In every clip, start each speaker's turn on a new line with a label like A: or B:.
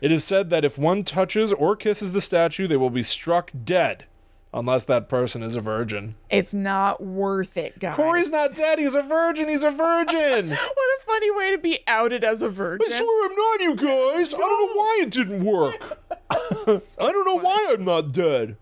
A: It is said that if one touches or kisses the statue, they will be struck dead, unless that person is a virgin.
B: It's not worth it, guys.
A: Corey's not dead. He's a virgin. He's a virgin.
B: What a funny way to be outed as a virgin.
A: I swear I'm not, you guys. I don't know why it didn't work. I don't know why I'm not dead.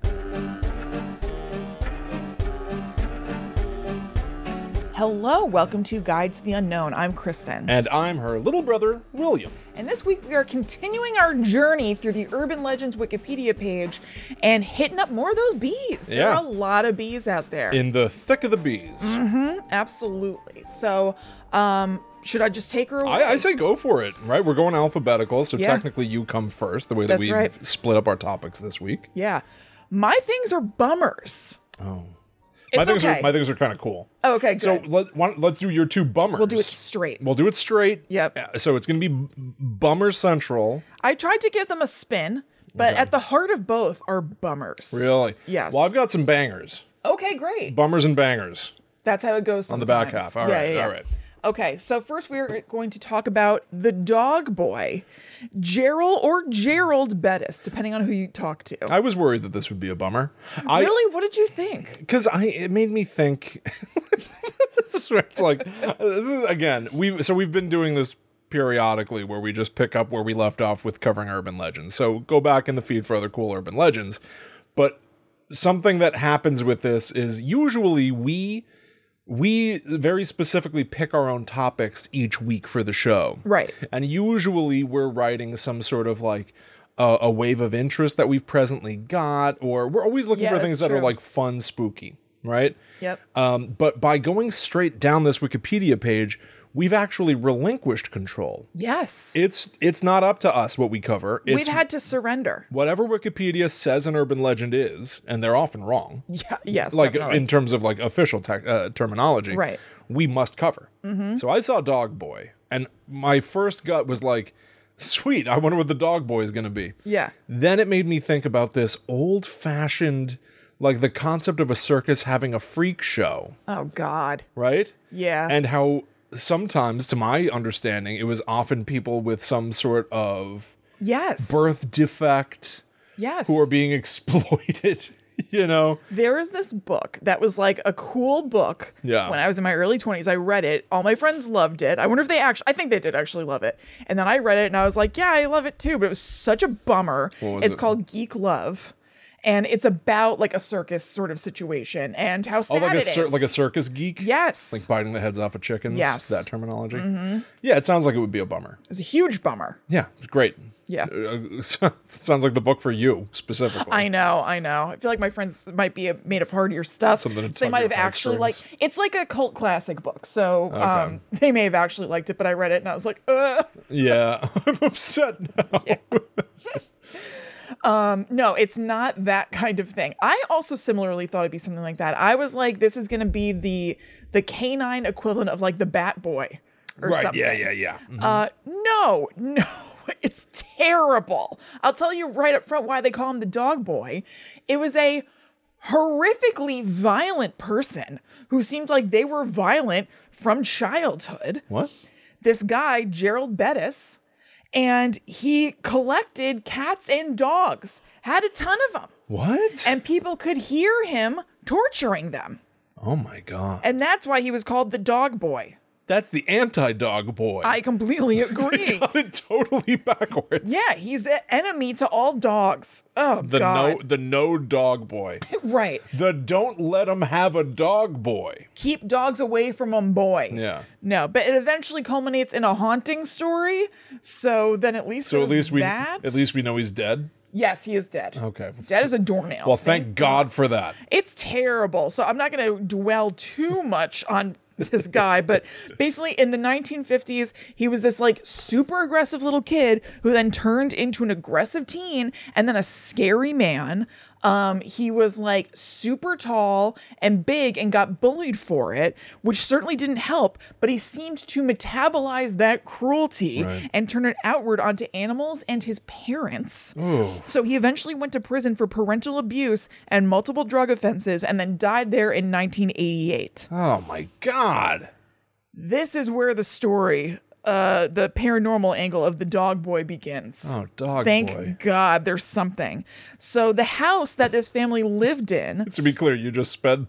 B: Hello, welcome to Guides to the Unknown. I'm Kristen.
A: And I'm her little brother, William.
B: And this week we are continuing our journey through the Urban Legends Wikipedia page and hitting up more of those bees. There
A: Yeah.
B: are a lot of bees out there.
A: In the thick of the bees.
B: Mm. Absolutely. So, um, should I just take her away?
A: I, I say go for it, right? We're going alphabetical, so
B: Yeah.
A: technically you come first, the way that
B: That's
A: we
B: right.
A: split up our topics this week.
B: yeah. My things are bummers.
A: Oh. my
B: It's
A: things
B: okay.
A: are my things are kind of cool.
B: Okay,
A: So
B: good.
A: let, why, don't- let's do your two bummers.
B: we'll do it straight.
A: We'll do it straight.
B: Yep.
A: Uh, So it's going to be b- Bummer Central.
B: I tried to give them a spin, but at the heart of both are bummers.
A: Really?
B: Yes.
A: Well, I've got some bangers.
B: Okay, great.
A: Bummers and bangers.
B: That's how it goes. On
A: the back half. All right, all right.
B: Okay, so first we're going to talk about the dog boy, Gerald or Gerald Bettis, depending on who you talk to.
A: I was worried that this would be a bummer. I
B: really, what did you think?
A: because I it made me think. This is where it's like this is, again we so we've been doing this periodically where we just pick up where we left off with covering urban legends. So go back in the feed for other cool urban legends, but something that happens with this is usually we we very specifically pick our own topics each week for the show.
B: Right.
A: And usually we're writing some sort of like uh, a wave of interest that we've presently got, or we're always looking
B: Yeah,
A: for
B: that's
A: things that are
B: true.
A: like fun, spooky, right?
B: Yep.
A: Um, but by going straight down this Wikipedia page, we've actually relinquished control.
B: Yes,
A: It's it's not up to us what we cover. It's
B: we've had to surrender.
A: whatever Wikipedia says an urban legend is, and they're often wrong
B: Yeah, yes,
A: like
B: definitely.
A: in terms of like official tech uh, terminology,
B: Right. Mm-hmm.
A: We must cover. So I saw Dog Boy, and my first gut was like, "Sweet, I wonder what the Dog Boy is going to be."
B: Yeah.
A: Then it made me think about this old-fashioned, like the concept of a circus having a freak show,
B: oh God.
A: right?
B: Yeah.
A: And how sometimes, to my understanding, it was often people with some sort of
B: Yes.
A: birth defect
B: Yes.
A: who are being exploited. You know,
B: there is this book that was like a cool book
A: Yeah.
B: when i was in my early 20s i read it all my friends loved it i wonder if they actually i think they did actually love it and then i read it and i was like yeah i love it too but it was such a bummer
A: was
B: it's
A: it?
B: called geek love and it's about like a circus sort of situation and how
A: oh,
B: sad
A: like a
B: it
A: cir-
B: is.
A: like a circus geek.
B: yes
A: like biting the heads off of chickens.
B: Yes. Mm-hmm.
A: that terminology. Yeah, it sounds like it would be a bummer.
B: it's a huge bummer
A: Yeah, great.
B: Yeah.
A: Uh, sounds like the book for you specifically.
B: I know, I know. I feel like my friends might be uh, made of hardier stuff.
A: Something to
B: so they
A: tug
B: might
A: your
B: have actually like
A: heartstrings.
B: it's like a cult classic book. So um, they may have actually liked it, but I read it and I was like, uh.
A: yeah, I'm upset now.
B: No, it's not that kind of thing. I also similarly thought it'd be something like that. I was like, this is gonna be the the canine equivalent of like the Bat Boy or
A: right?
B: something.
A: Yeah, yeah, yeah. Mhm.
B: Uh, no, no, it's terrible. I'll tell you right up front why they call him the Dog Boy. It was a horrifically violent person who seemed like they were violent from childhood
A: What?
B: this guy, Gerald Bettis, and he collected cats and dogs, had a ton of them,
A: What?
B: and people could hear him torturing them.
A: oh my god,
B: And that's why he was called the dog boy.
A: that's the anti-dog boy.
B: I completely
A: Oh
B: agree.
A: got it totally backwards.
B: yeah, he's the enemy to all dogs. Oh,
A: The
B: God.
A: no, the no dog boy.
B: Right.
A: The don't let him have a dog boy.
B: Keep dogs away from them, boy.
A: Yeah.
B: No, but it eventually culminates in a haunting story. So then at least
A: So
B: it
A: at
B: was
A: least we,
B: that.
A: at least we know he's dead.
B: yes, he is dead.
A: Okay.
B: Dead as a doornail.
A: Well, thank God for that.
B: it's terrible. So I'm not going to dwell too much on this guy, but basically in the 1950s, he was this like super aggressive little kid who then turned into an aggressive teen and then a scary man. Um, he was like super tall and big and got bullied for it, which certainly didn't help, but he seemed to metabolize that cruelty
A: Right.
B: and turn it outward onto animals and his parents. So he eventually went to prison for parental abuse and multiple drug offenses and then died there in 1988.
A: Oh my God.
B: This is where the story uh, the paranormal angle of the dog boy begins.
A: Oh, dog
B: Thank
A: boy.
B: God there's something. So the house that this family lived in,
A: To be clear, you just sped.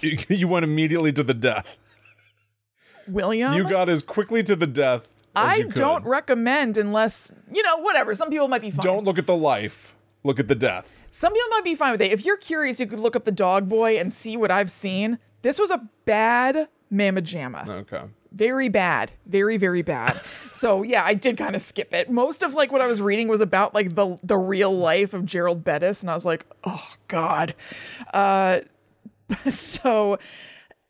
A: You went immediately to the death.
B: William,
A: You got as quickly to the death. As
B: I
A: you could.
B: don't recommend unless, you know, whatever. Some people might be fine.
A: Don't look at the life. Look at the death.
B: Some people might be fine with it. If you're curious, you could look up the dog boy and see what I've seen. This was a bad mamma jamma.
A: Okay.
B: Very bad. Very, very bad. so yeah, I did kind of skip it. Most of like what I was reading was about like the the real life of Gerald Bettis, and I was like, oh God. Uh so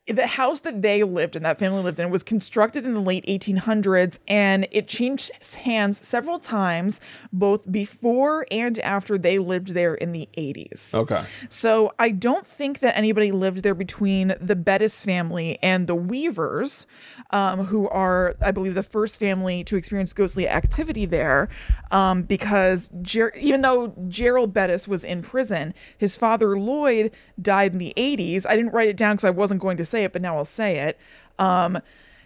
B: the house that they lived in, that family lived in, was constructed in the late 1800s and it changed hands several times, both before and after they lived there in the 80s.
A: Okay.
B: So I don't think that anybody lived there between the Bettis family and the Weavers, um, who are, I believe, the first family to experience ghostly activity there. Um, because Ger- even though Gerald Bettis was in prison, his father Lloyd died in the 80s. I didn't write it down because I wasn't going to say it, but now I'll say it. Um,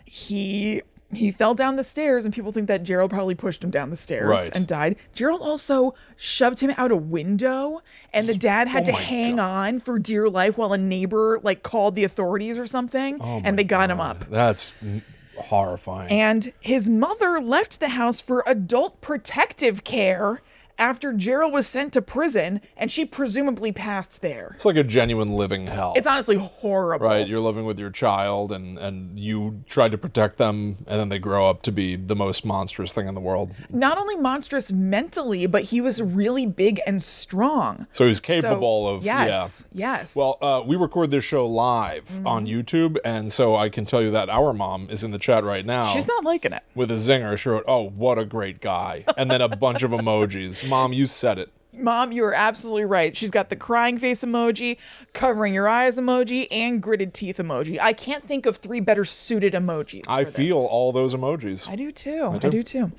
B: he he fell down the stairs, and people think that Gerald probably pushed him down the stairs
A: Right.
B: and died. Gerald also shoved him out a window, and the dad had to
A: Oh my
B: hang on for dear life while a neighbor like called the authorities or something,
A: Oh
B: and they got him up.
A: That's n- horrifying.
B: And his mother left the house for adult protective care after Gerald was sent to prison, and she presumably passed there.
A: it's like a genuine living hell.
B: It's honestly horrible.
A: right. You're living with your child, and and you tried to protect them, and then they grow up to be the most monstrous thing in the world.
B: Not only monstrous mentally, but he was really big and strong.
A: So he's capable of
B: yes, Mm-hmm. yes.
A: Well, uh, we record this show live on YouTube, and so I can tell you that our mom is in the chat right now.
B: she's not liking it.
A: with a zinger. She wrote, "Oh, what a great guy," and then a bunch of emojis. Mom, you said it.
B: Mom, you are absolutely right. She's got the crying face emoji, covering your eyes emoji, and gritted teeth emoji. I can't think of three better suited emojis.
A: I
B: for this.
A: feel all those emojis.
B: I do too. I do, too.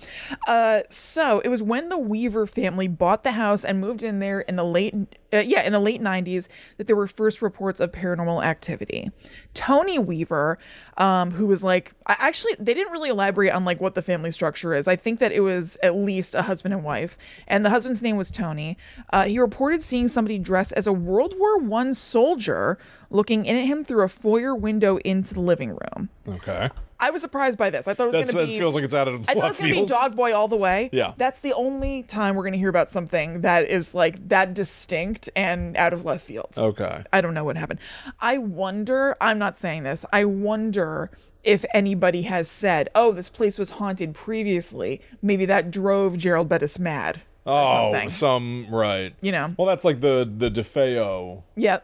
B: Uh, so it was when the Weaver family bought the house and moved in there in the late, uh, yeah, in the late '90s that there were first reports of paranormal activity. Tony Weaver, um, who was like, I actually they didn't really elaborate on like what the family structure is. I think that it was at least a husband and wife, and the husband's name was Tony. Uh, he reported seeing somebody dressed as a World War One soldier looking in at him through a foyer window into the living room.
A: okay,
B: I was surprised by this. I thought it was
A: That's,
B: going
A: that
B: to be.
A: feels like it's out of
B: I thought it
A: left
B: was gonna
A: field.
B: be Dog Boy all the way.
A: Yeah.
B: That's the only time we're gonna hear about something that is like that distinct and out of left field.
A: okay,
B: I don't know what happened. I wonder, I'm not saying this, I wonder if anybody has said, Oh, this place was haunted previously. Maybe that drove Gerald Bettis mad. or
A: oh,
B: something.
A: some right.
B: You know.
A: well, that's like the the DeFeo
B: yeah.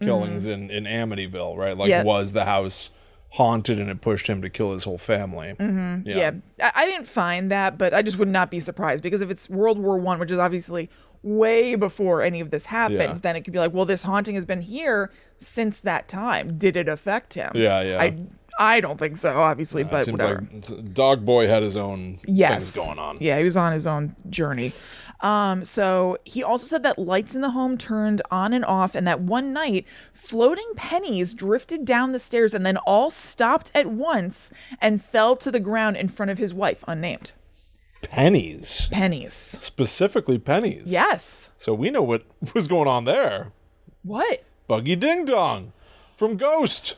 A: killings in in Amityville, right? Like,
B: Yeah.
A: was the house haunted and it pushed him to kill his whole family? Mm-hmm.
B: Yeah. I, I didn't find that, but I just would not be surprised because if it's World War One, which is obviously way before any of this happened,
A: Yeah.
B: then it could be like, well, this haunting has been here since that time. Did it affect him?
A: Yeah, yeah.
B: I I don't think so, obviously, but
A: Seems
B: whatever.
A: like Dog Boy had his own
B: yes.
A: things going on.
B: Yeah, he was on his own journey. Um, so he also said that lights in the home turned on and off, and that one night floating pennies drifted down the stairs and then all stopped at once and fell to the ground in front of his wife, unnamed.
A: Pennies,
B: Pennies.
A: specifically pennies.
B: Yes.
A: So we know what was going on there.
B: What?
A: Buggy Ding Dong from Ghost.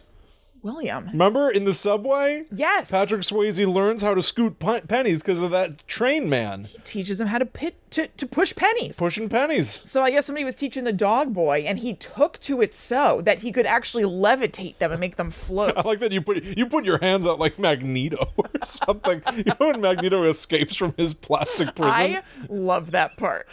B: William.
A: Remember in the subway?
B: Yes.
A: Patrick Swayze learns how to scoot pun- pennies because of that train man
B: teaches him how to pit to, to push pennies.
A: pushing pennies.
B: So I guess somebody was teaching the dog boy and he took to it so that he could actually levitate them and make them float.
A: I like that you put you put your hands out like Magneto or something. you know when Magneto escapes from his plastic prison?
B: I love that part.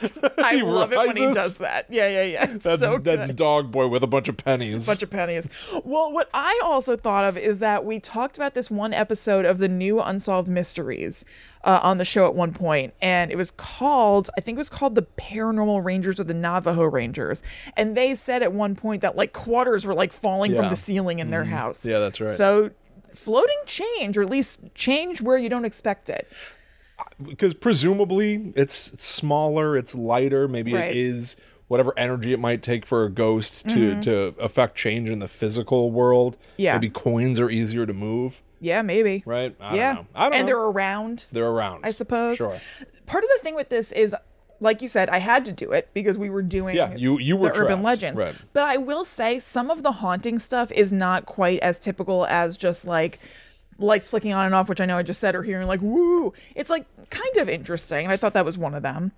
B: I
A: He
B: love it when he
A: rises.
B: does that. Yeah, yeah, yeah. It's
A: that's
B: so
A: that's
B: good.
A: Dog Boy with a bunch of pennies.
B: bunch of pennies. Well, what I also thought of is that we talked about this one episode of the new Unsolved Mysteries uh, on the show at one point, and it was called, I think it was called the Paranormal Rangers or the Navajo Rangers, and they said at one point that like quarters were like falling
A: Yeah. Mm-hmm.
B: from the ceiling in their house.
A: Yeah, that's right.
B: So. Floating change, or at least change where you don't expect it.
A: because presumably it's smaller, it's lighter, maybe
B: Right.
A: it is whatever energy it might take for a ghost to to affect change in the physical world.
B: Mm-hmm. Yeah.
A: Maybe coins are easier to move,
B: Yeah, maybe.
A: right? I
B: yeah.
A: don't know. I don't
B: and
A: know.
B: they're around.
A: they're around.
B: I suppose.
A: Sure.
B: Part of the thing with this is, like you said, I had to do it because we were doing
A: Yeah, you- you were
B: the urban
A: trapped,
B: legends.
A: right.
B: But I will say some of the haunting stuff is not quite as typical as just like lights flicking on and off, which I know I just said, or hearing like woo. It's like kind of interesting, and I thought that was one of them.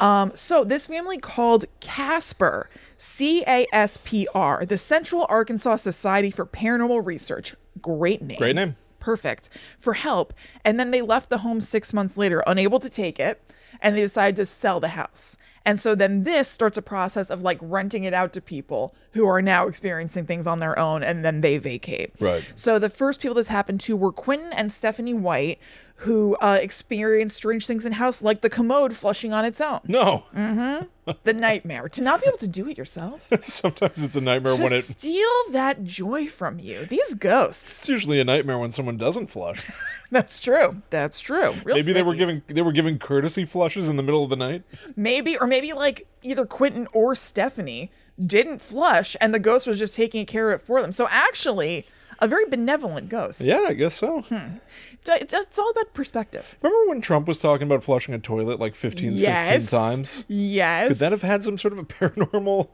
B: Um, so this family called Casper, C A S P R, the Central Arkansas Society for Paranormal Research. Great name
A: Great name.
B: perfect for help and then they left the home six months later unable to take it and they decided to sell the house and so then this starts a process of like renting it out to people who are now experiencing things on their own and then they vacate
A: Right.
B: so the first people this happened to were quentin and stephanie white who uh, experienced strange things in house like the commode flushing on its own
A: No.
B: Mm. the nightmare to not be able to do it yourself
A: Sometimes it's a nightmare
B: to
A: when it
B: steal that joy from you these ghosts
A: it's usually a nightmare when someone doesn't flush.
B: that's true that's true Real
A: Maybe they were
B: sickies.
A: giving they were giving courtesy flushes in the middle of the night.
B: Maybe, or maybe like either Quentin or Stephanie didn't flush and the ghost was just taking care of it for them. So actually, a very benevolent ghost.
A: Yeah, I guess so.
B: Hmm. It's, it's, it's all about perspective.
A: Remember when Trump was talking about flushing a toilet like 15, 16 times?
B: Yes.
A: Could that have had some sort of a paranormal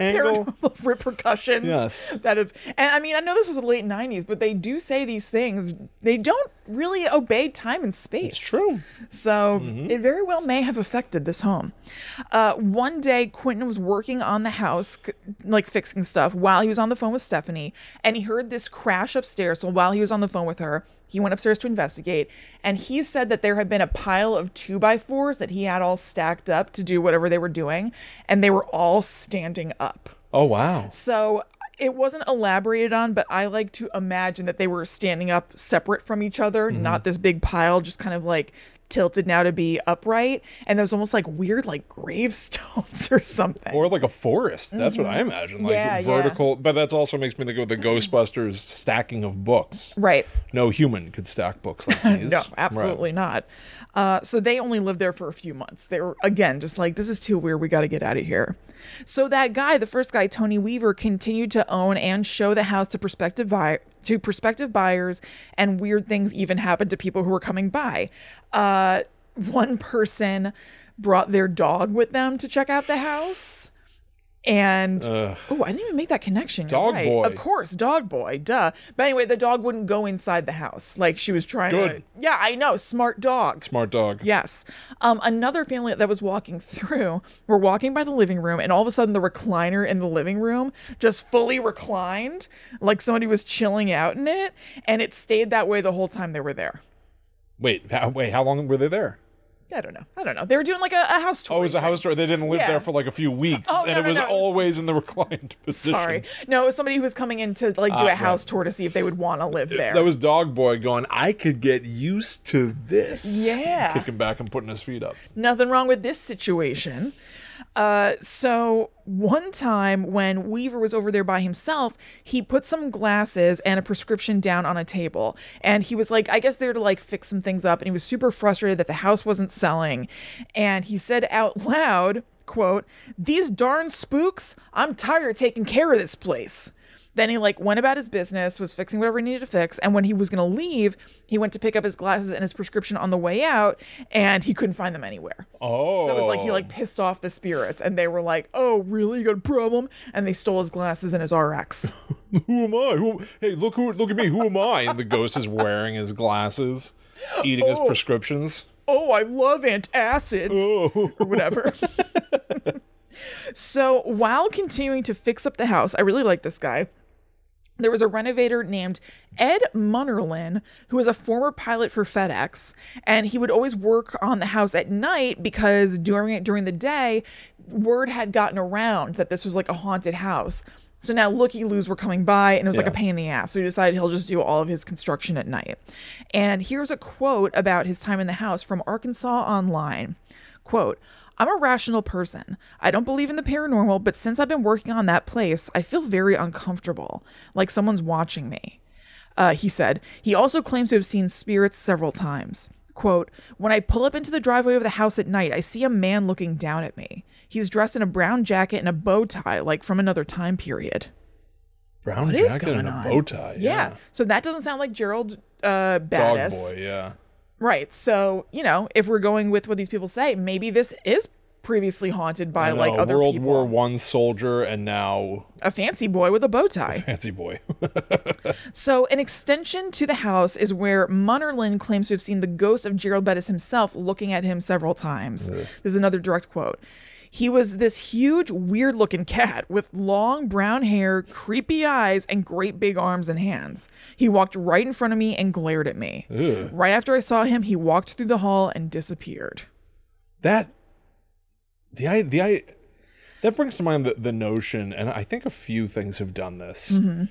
A: angle?
B: paranormal repercussions?
A: Yes.
B: That have, and I mean, I know this was the late 90s, but they do say these things. They don't really obey time and space. It's
A: true.
B: So it very well may have affected this home. Uh, one day, Quentin was working on the house, c- like fixing stuff, while he was on the phone with Stephanie, and he heard this crash upstairs. So while he was on the phone with her, he went upstairs to investigate, and he said that there had been a pile of two by fours that he had all stacked up to do whatever they were doing, and they were all standing up.
A: Oh wow.
B: So it wasn't elaborated on, but I like to imagine that they were standing up separate from each other, not this big pile, just kind of like tilted now to be upright. And there's almost like weird like gravestones or something.
A: Or like a forest. That's what I imagine. Like
B: Mm-hmm. Yeah, Mm-hmm. yeah.
A: vertical. But that's also makes me think of the Ghostbusters stacking of books.
B: right.
A: No human could stack books like these.
B: No,
A: Right.
B: absolutely not. Uh, so they only lived there for a few months. They were again just like, this is too weird. We got to get out of here. So that guy, the first guy, Tony Weaver, continued to own and show the house to prospective buy to prospective buyers, and weird things even happened to people who were coming by. Uh, one person brought their dog with them to check out the house. And oh, I didn't even make that connection. You're
A: Dog
B: right.
A: boy.
B: of course, dog boy, duh. But anyway, the dog wouldn't go inside the house. Like she was trying to.
A: Good.
B: Yeah, I know, smart dog.
A: Smart dog.
B: Yes. Um, another family that was walking through were walking by the living room, and all of a sudden, the recliner in the living room just fully reclined, like somebody was chilling out in it, and it stayed that way the whole time they were there.
A: Wait, how, wait, how long were they there?
B: I don't know. I don't know. They were doing like a, a house tour.
A: Oh, it was a house tour. They didn't live
B: Yeah.
A: there for like a few weeks.
B: Oh,
A: and
B: no,
A: it
B: no,
A: was
B: no, it was-
A: always in the reclined position.
B: Sorry. No, it was somebody who was coming in to like do a house tour to see if they would want to live there.
A: That was Dog Boy going, I could get used to this.
B: Yeah.
A: Kicking back and putting his feet up.
B: nothing wrong with this situation. Uh, so one time when Weaver was over there by himself, he put some glasses and a prescription down on a table, and he was like, I guess there to like fix some things up, and he was super frustrated that the house wasn't selling, and he said out loud, "quote These darn spooks! I'm tired of taking care of this place." Then he like went about his business, was fixing whatever he needed to fix, and when he was gonna leave, he went to pick up his glasses and his prescription on the way out, and he couldn't find them anywhere.
A: Oh.
B: So it was like he like pissed off the spirits, and they were like, "Oh, really? You got a problem?" And they stole his glasses and his RX.
A: Who am I? Who? Hey, look who! Look at me! Who am I? And the ghost is wearing his glasses, eating his prescriptions.
B: oh, I love antacids or whatever. so while continuing to fix up the house, I really like this guy. There was a renovator named Ed Munnerlin, who was a former pilot for FedEx, and he would always work on the house at night because during it during the day, word had gotten around that this was like a haunted house. So now looky loos were coming by, and it was like a
A: Yeah.
B: pain in the ass. So he decided he'll just do all of his construction at night. And here's a quote about his time in the house from Arkansas Online. Quote, I'm a rational person. I don't believe in the paranormal, but since I've been working on that place, I feel very uncomfortable, like someone's watching me. Uh, he said. He also claims to have seen spirits several times. Quote, When I pull up into the driveway of the house at night, I see a man looking down at me. He's dressed in a brown jacket and a bow tie, like from another time period.
A: Brown
B: is
A: jacket and
B: going
A: a
B: on?
A: bow tie.
B: Yeah. So that doesn't sound like Gerald uh,
A: Dog
B: Badass.
A: boy, yeah.
B: Right. So, you know, if we're going with what these people say, maybe this is previously haunted by like
A: No,
B: other
A: World
B: people.
A: War One soldier and now
B: a fancy boy with a bow tie.
A: fancy boy.
B: So, an extension to the house is where Munnerlin claims to have seen the ghost of Gerald Bettis himself looking at him several times. This is another direct quote. He was this huge, weird looking cat with long brown hair, creepy eyes, and great big arms and hands. He walked right in front of me and glared at me. Right after I saw him, he walked through the hall and disappeared.
A: that the i the i that brings to mind the, the notion and i think a few things have done this
B: Mm-hmm.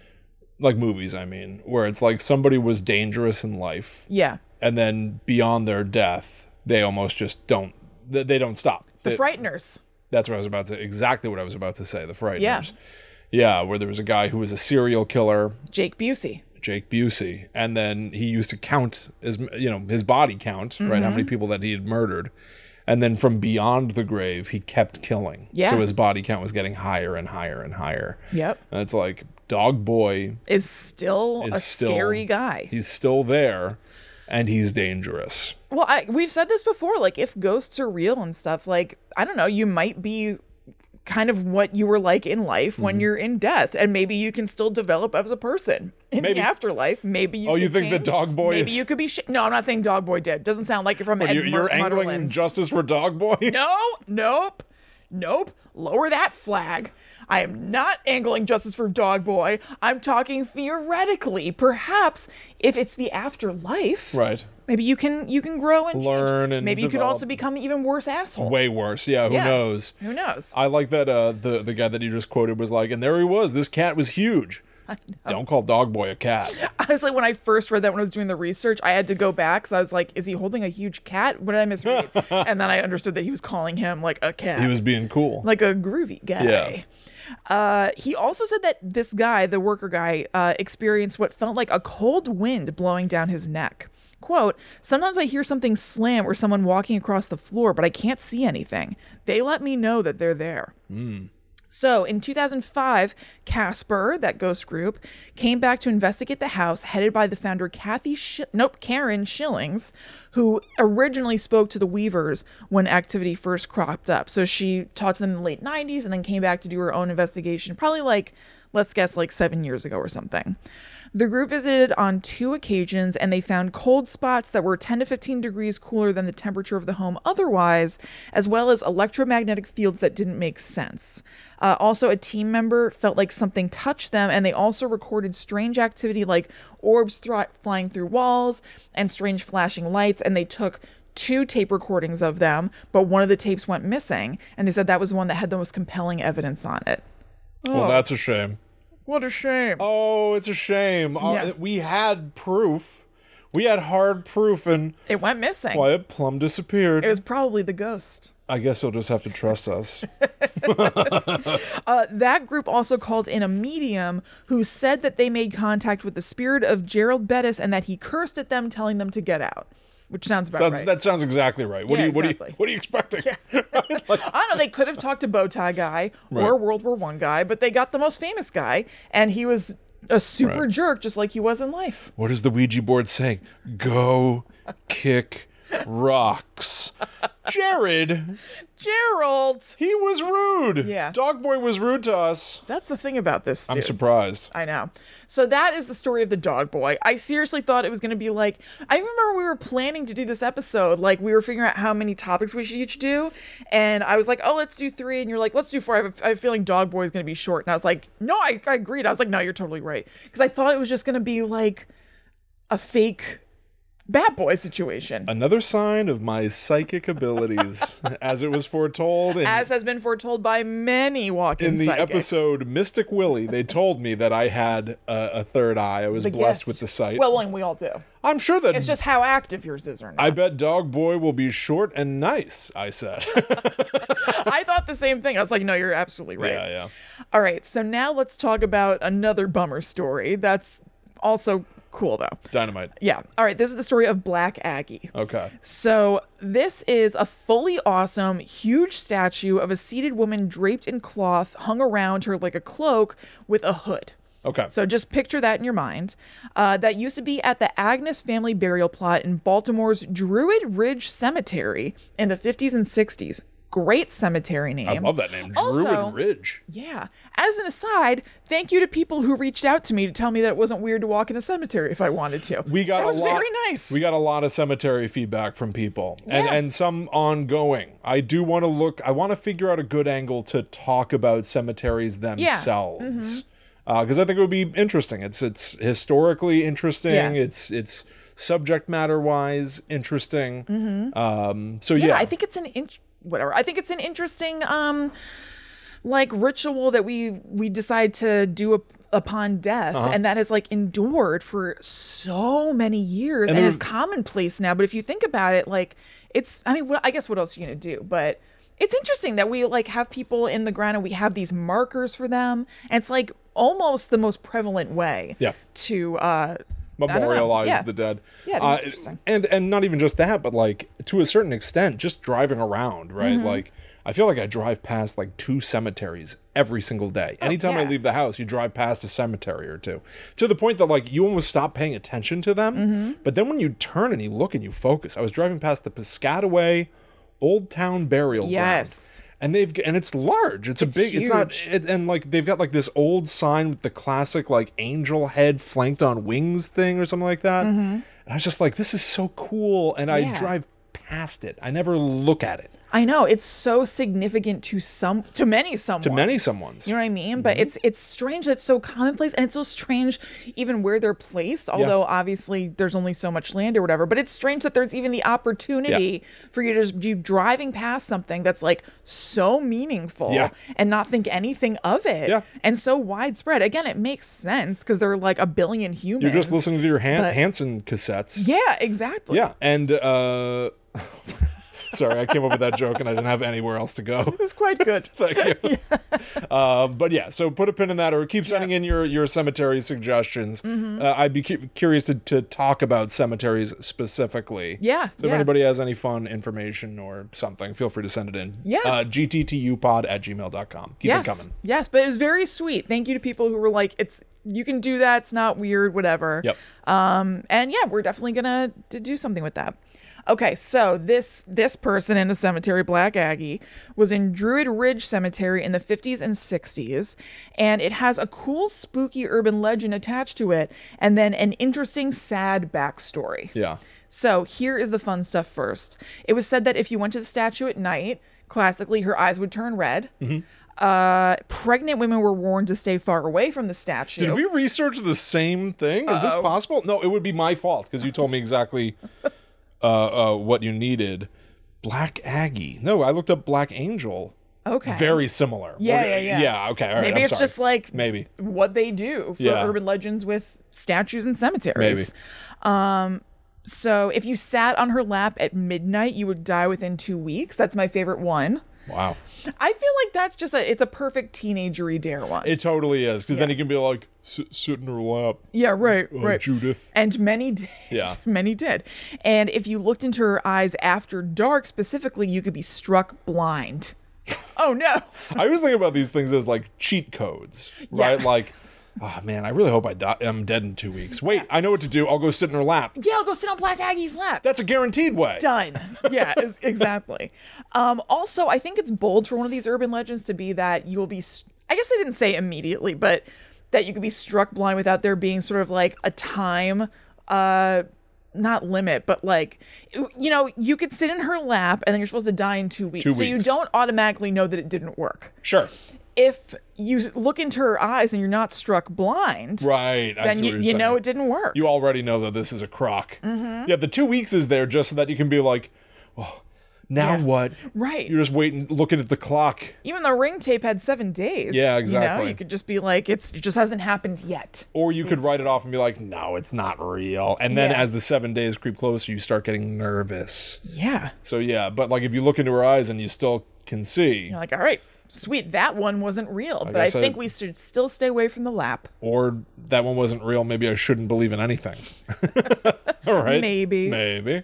A: like movies i mean where it's like somebody was dangerous in life
B: Yeah.
A: and then beyond their death they almost just don't they, they don't stop
B: The
A: They-
B: Frighteners.
A: that's what i was about to exactly what i was about to say the frighteners
B: Yeah.
A: yeah where there was a guy who was a serial killer
B: Jake Busey.
A: Jake Busey, and then he used to count as you know his body count, right? How many
B: Mm-hmm.
A: people that he had murdered, and then from beyond the grave, he kept killing.
B: Yeah.
A: So his body count was getting higher and higher and higher.
B: Yep.
A: And it's like Dog Boy
B: Is still
A: is
B: a
A: still
B: scary guy.
A: He's still there, and he's dangerous.
B: Well, I, we've said this before. Like, if ghosts are real and stuff, like, I don't know, you might be kind of what you were like in life
A: Mm-hmm.
B: when you're in death, and maybe you can still develop as a person in
A: Maybe.
B: the afterlife. Maybe you.
A: Oh,
B: could
A: you think the
B: change.
A: dog boy
B: Maybe
A: is-
B: you could be. Sh- no, I'm not saying dog boy did. Doesn't sound like you're from. Ed
A: You're, you're
B: Mur-
A: angling
B: Mutterlands.
A: justice for Dog Boy.
B: No, nope, nope. Lower that flag. I am not angling justice for Dog Boy. I'm talking theoretically. Perhaps if it's the afterlife,
A: Right.
B: Maybe you can you can grow and change.
A: Learn and
B: maybe you could also
A: develop.
B: become an even worse asshole.
A: Way worse. Yeah. Who
B: Yeah.
A: knows?
B: Who knows?
A: I like that uh, the the guy that you just quoted was like, and there he was. This cat was huge. Don't call dog boy a cat.
B: Honestly, when I first read that when I was doing the research, I had to go back because I was like, "Is he holding a huge cat? What did I misread?" and then I understood that he was calling him like a cat.
A: He was being cool.
B: like a groovy guy. Uh, he also said that this guy, the worker guy, uh, experienced what felt like a cold wind blowing down his neck. Quote, sometimes I hear something slam or someone walking across the floor, but I can't see anything. They let me know that they're there. So in 2005, Casper, that ghost group, came back to investigate the house, headed by the founder Kathy, Sh- nope, Karen Shillings, who originally spoke to the Weavers when activity first cropped up. So she taught to them in the late 90s and then came back to do her own investigation, probably like, let's guess, like seven years ago or something. The group visited on two occasions and they found cold spots that were 10 to 15 degrees cooler than the temperature of the home otherwise, as well as electromagnetic fields that didn't make sense. Uh, also, a team member felt like something touched them and they also recorded strange activity like orbs thro- flying through walls and strange flashing lights, and they took two tape recordings of them, but one of the tapes went missing, and they said that was the one that had the most compelling evidence on it. oh.
A: Well, that's a shame.
B: What a shame.
A: Oh, it's a shame. Uh,
B: Yeah.
A: we had proof. We had hard proof, and
B: It went missing.
A: why it plumb disappeared.
B: It was probably the ghost.
A: I guess you'll just have to trust us.
B: that group also called in a medium who said that they made contact with the spirit of Gerald Bettis and that he cursed at them, telling them to get out. Which sounds about
A: That's,
B: right.
A: That sounds exactly right. What
B: Yeah,
A: do you what do
B: exactly.
A: you what are you expecting?
B: I don't know. They could have talked to Bowtie Guy or
A: Right.
B: World War One guy, but they got the most famous guy, and he was a super
A: Right.
B: jerk, just like he was in life.
A: What is the Ouija board saying? Go kick rocks. Jared,
B: Gerald.
A: he was rude.
B: Yeah.
A: Dog boy was rude to us.
B: That's the thing about this.
A: I'm
B: dude.
A: surprised.
B: I know. So that is the story of the dog boy. I seriously thought it was going to be like I remember we were planning to do this episode. Like we were figuring out how many topics we should each do, and I was like, "Oh, let's do three. and you're like, "Let's do four. I have a, I have a feeling dog boy is going to be short." And I was like, "No, I, I agreed." I was like, "No, you're totally right," because I thought it was just going to be like a fake bat boy situation.
A: Another sign of my psychic abilities, as it was foretold in,
B: as has been foretold by many walking
A: in the
B: psychics.
A: episode Mystic Willie, they told me that I had a, a third eye. I was
B: The
A: blessed
B: gift.
A: with the sight.
B: Well, and we all do.
A: I'm sure that
B: It's just how active yours is or not.
A: I bet Dog Boy will be short and nice. I said.
B: I thought the same thing. I was like, no, you're absolutely right.
A: yeah, yeah.
B: All right, so now let's talk about another bummer story that's also Cool though.
A: Dynamite.
B: Yeah. All right. This is the story of Black Aggie.
A: Okay.
B: So, this is a fully awesome, huge statue of a seated woman draped in cloth hung around her like a cloak with a hood.
A: Okay.
B: So, just picture that in your mind. Uh, that used to be at the Agnes family burial plot in Baltimore's Druid Ridge Cemetery in the 50s and 60s. Great cemetery name.
A: I love that name.
B: Also-
A: Druid Ridge.
B: Yeah. As an aside, thank you to people who reached out to me to tell me that it wasn't weird to walk in a cemetery if I wanted to.
A: We got
B: that was
A: a lot.
B: very nice.
A: We got a lot of cemetery feedback from people, and
B: Yeah.
A: and some ongoing. I do want to look. I want to figure out a good angle to talk about cemeteries themselves,
B: Mm-hmm.
A: because I think it would be interesting. It's it's historically interesting.
B: Yeah.
A: It's it's subject matter wise interesting. Um. So yeah,
B: Mm-hmm. yeah, I think it's an int- whatever. I think it's an interesting um like ritual that we we decide to do up upon death
A: Uh-huh.
B: and that has like endured for so many years and,
A: there-
B: is commonplace now but if you think about it like it's i mean what, i guess what else are you gonna do but it's interesting that we like have people in the ground and we have these markers for them and it's like almost the most prevalent way
A: Yeah.
B: to uh I don't know.
A: memorialize
B: Yeah.
A: the dead.
B: Yeah,
A: Uh,
B: that's interesting.
A: and and not even just that, but like to a certain extent, just driving around, right?
B: Mm-hmm.
A: Like I feel like I drive past like two cemeteries every single day. Anytime I
B: Oh, yeah.
A: leave the house, you drive past a cemetery or two, to the point that like you almost stop paying attention to them.
B: Mm-hmm.
A: But then when you turn and you look and you focus, I was driving past the Piscataway Old Town Burial
B: Yes.
A: Ground. And they've g- and it's large. It's, a big. It's not.
B: huge.
A: It, and like they've got like this old sign with the classic like angel head flanked on wings thing or something like that. And I was just like, this is so cool. And I
B: Mm-hmm. Yeah.
A: drive past it. I never look at it.
B: I know it's so significant to some, to many someone, to
A: many someones. Mm-hmm.
B: You know what I mean? But it's it's strange that it's so commonplace, and it's so strange even where they're placed. Although obviously there's only so much land or whatever, but it's strange that there's even the opportunity for you to just be driving past something that's like so meaningful
A: Yeah.
B: and not think anything of it,
A: Yeah.
B: and so widespread. Again, it makes sense because there are like a billion humans.
A: You're just listening to your Han-
B: but-
A: Hanson cassettes.
B: Yeah, exactly.
A: Yeah. And uh, sorry, I came up with that joke and I didn't have anywhere else to go.
B: it was quite good.
A: Thank you. Uh, but yeah, so put a pin in that, or keep sending in your your cemetery suggestions.
B: Mm-hmm.
A: Uh, I'd be cu- curious to, to talk about cemeteries specifically.
B: Yeah,
A: So if
B: yeah.
A: anybody has any fun information or something, feel free to send it in.
B: Yeah.
A: Uh, gttupod at gmail.com. Keep
B: yes.
A: it coming.
B: Yes, but it was very sweet. Thank you to people who were like, it's you can do that, it's not weird, whatever.
A: Yep.
B: Um, and yeah, we're definitely gonna to do something with that. Okay, so this this person in a cemetery, Black Aggie, was in Druid Ridge Cemetery in the 50s and 60s, and it has a cool, spooky urban legend attached to it, and then an interesting, sad backstory.
A: Yeah.
B: So here is the fun stuff first. It was said that if you went to the statue at night, classically her eyes would turn red.
A: Mm-hmm.
B: Uh, pregnant women were warned to stay far away from the statue.
A: Did we research the same thing? Is this
B: Uh,
A: possible? No, it would be my fault because you told me exactly uh, uh, what you needed. Black Aggie. No, I looked up Black Angel.
B: okay.
A: Very similar.
B: Yeah,
A: We're-
B: yeah, yeah.
A: Yeah, okay. All right.
B: Maybe
A: I'm
B: it's
A: sorry.
B: just like
A: Maybe.
B: what they do for
A: Yeah.
B: urban legends with statues and cemeteries. Um, so if you sat on her lap at midnight, you would die within two weeks. That's my favorite one.
A: Wow.
B: I feel like that's just a it's a perfect teenagery dare one.
A: It totally is. Because then he can be like, sit, sit in her lap.
B: yeah, right,
A: uh,
B: right.
A: Judith.
B: And many did.
A: Yeah.
B: Many did. And if you looked into her eyes after dark specifically, you could be struck blind. oh no.
A: I always think about these things as like cheat codes, right?
B: Yeah.
A: Like, oh man, I really hope I die- I'm dead in two weeks. Wait, I know what to do. I'll go sit in her lap.
B: Yeah, I'll go sit on Black Aggie's lap.
A: That's a guaranteed way.
B: Done. Yeah, ex- exactly. Um, also, I think it's bold for one of these urban legends to be that you will be, st- I guess they didn't say immediately, but that you could be struck blind without there being sort of like a time, uh, not limit, but like, you you know, you could sit in her lap and then you're supposed to die in two weeks.
A: Two
B: so you
A: weeks.
B: don't automatically know that it didn't work.
A: Sure.
B: if you s- look into her eyes and you're not struck blind,
A: Right. I see
B: then
A: what
B: you,
A: you're
B: you know Mm-hmm.
A: saying.
B: it didn't work.
A: You already know that this is a crock. Yeah, the two weeks is there just so that you can be like, oh, now
B: Yeah.
A: what?
B: Right.
A: You're just waiting, looking at the clock.
B: Even the ring tape had seven days.
A: Yeah,
B: You know,
A: exactly.
B: you could just be like, it's, it just hasn't happened yet.
A: Or you could write it off and be like, no, it's not real. And then
B: Yeah.
A: as the seven days creep closer, you start getting nervous.
B: Yeah.
A: So yeah, but like if you look into her eyes and you still can see,
B: You're like, all right, sweet, that one wasn't real. but
A: guess
B: I
A: I-
B: think we should still stay away from the lap.
A: Or that one wasn't real. Maybe I shouldn't believe in anything. All right.
B: Maybe.
A: Maybe.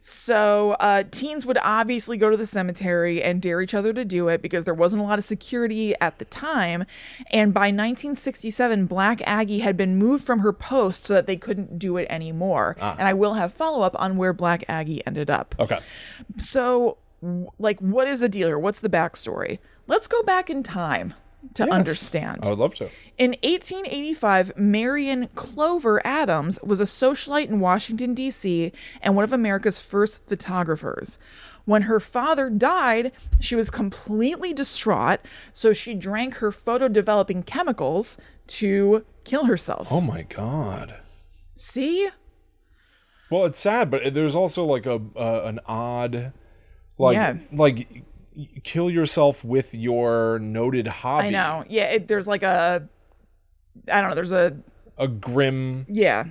B: So uh, teens would obviously go to the cemetery and dare each other to do it because there wasn't a lot of security at the time. And by 1967, Black Aggie had been moved from her post so that they couldn't do it anymore. And I will have follow up on where Black Aggie ended up.
A: Okay.
B: So, w- like, what is the dealer? What's the backstory? Let's go back in time to understand.
A: I would love to.
B: In 1885, Marion Clover Adams was a socialite in Washington, D.C., and one of America's first photographers. When her father died, she was completely distraught, so she drank her photo developing chemicals to kill herself.
A: Oh my god.
B: See?
A: Well, it's sad, but there's also like a uh, an odd, like
B: Yeah.
A: like y- y- kill yourself with your noted hobby.
B: I know. Yeah, it, there's like a. I don't know. There's a
A: A grim
B: Yeah.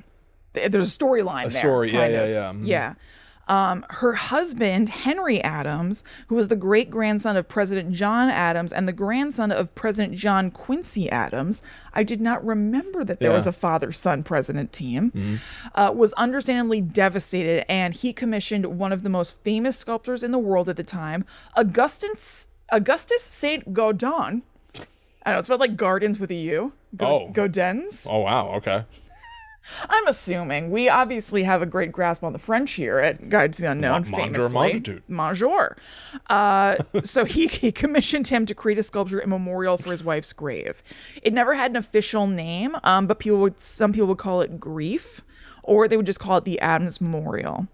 B: Th- There's a storyline there.
A: story, yeah,
B: kind
A: yeah,
B: of.
A: yeah, mhm.
B: Yeah. Um, her husband, Henry Adams, who was the great grandson of President John Adams and the grandson of President John Quincy Adams, I did not remember that there
A: Yeah. Mm-hmm.
B: was a father son president team, uh, was understandably devastated. And he commissioned one of the most famous sculptors in the world at the time, Augustus, Augustus St. Gaudens. I don't know, it's about like gardens with a U. Go-
A: Oh.
B: Gaudens.
A: Oh wow. Okay.
B: I'm assuming we obviously have a great grasp on the French here at Guides to the Unknown.
A: Ma- manger
B: famously.
A: multitude.
B: Major. Uh, so he, he commissioned him to create a sculpture in memorial for his wife's grave. It never had an official name, um, but people would some people would call it grief, or they would just call it the Adams Memorial.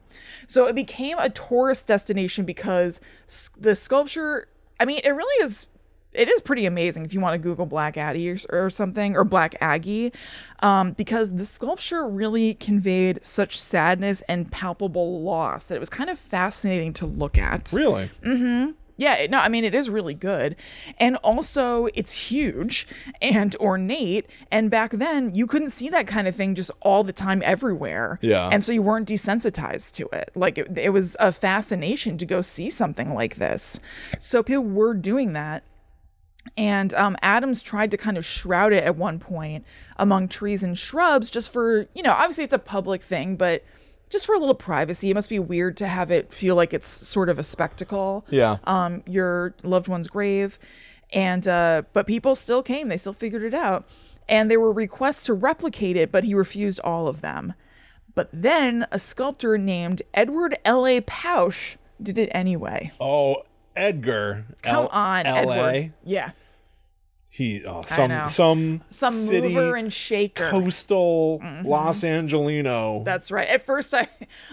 B: So it became a tourist destination because s- the sculpture. I mean, it really is it is pretty amazing if you want to Google Black Aggie or, or something or Black Aggie, um, because the sculpture really conveyed such sadness and palpable loss that it was kind of fascinating to look at.
A: Really.
B: Yeah, it, no, I mean it is really good, and also it's huge and ornate. And back then, you couldn't see that kind of thing just all the time everywhere.
A: Yeah.
B: and so you weren't desensitized to it. Like it, it was a fascination to go see something like this. So people were doing that. And um, Adams tried to kind of shroud it at one point among trees and shrubs, just for, you know, obviously it's a public thing, but just for a little privacy. It must be weird to have it feel like it's sort of a spectacle.
A: Yeah.
B: Um, your loved one's grave. And, uh, but people still came, they still figured it out. And there were requests to replicate it, but he refused all of them. But then a sculptor named Edward L.A. Pausch did it anyway.
A: Oh, Edgar.
B: Come
A: Oh, L-
B: on,
A: L.A.
B: Edward. Yeah.
A: He oh, some
B: know.
A: some
B: some
A: city
B: mover and Mm-hmm. shaker.
A: coastal Los Angelino.
B: That's right. At first, I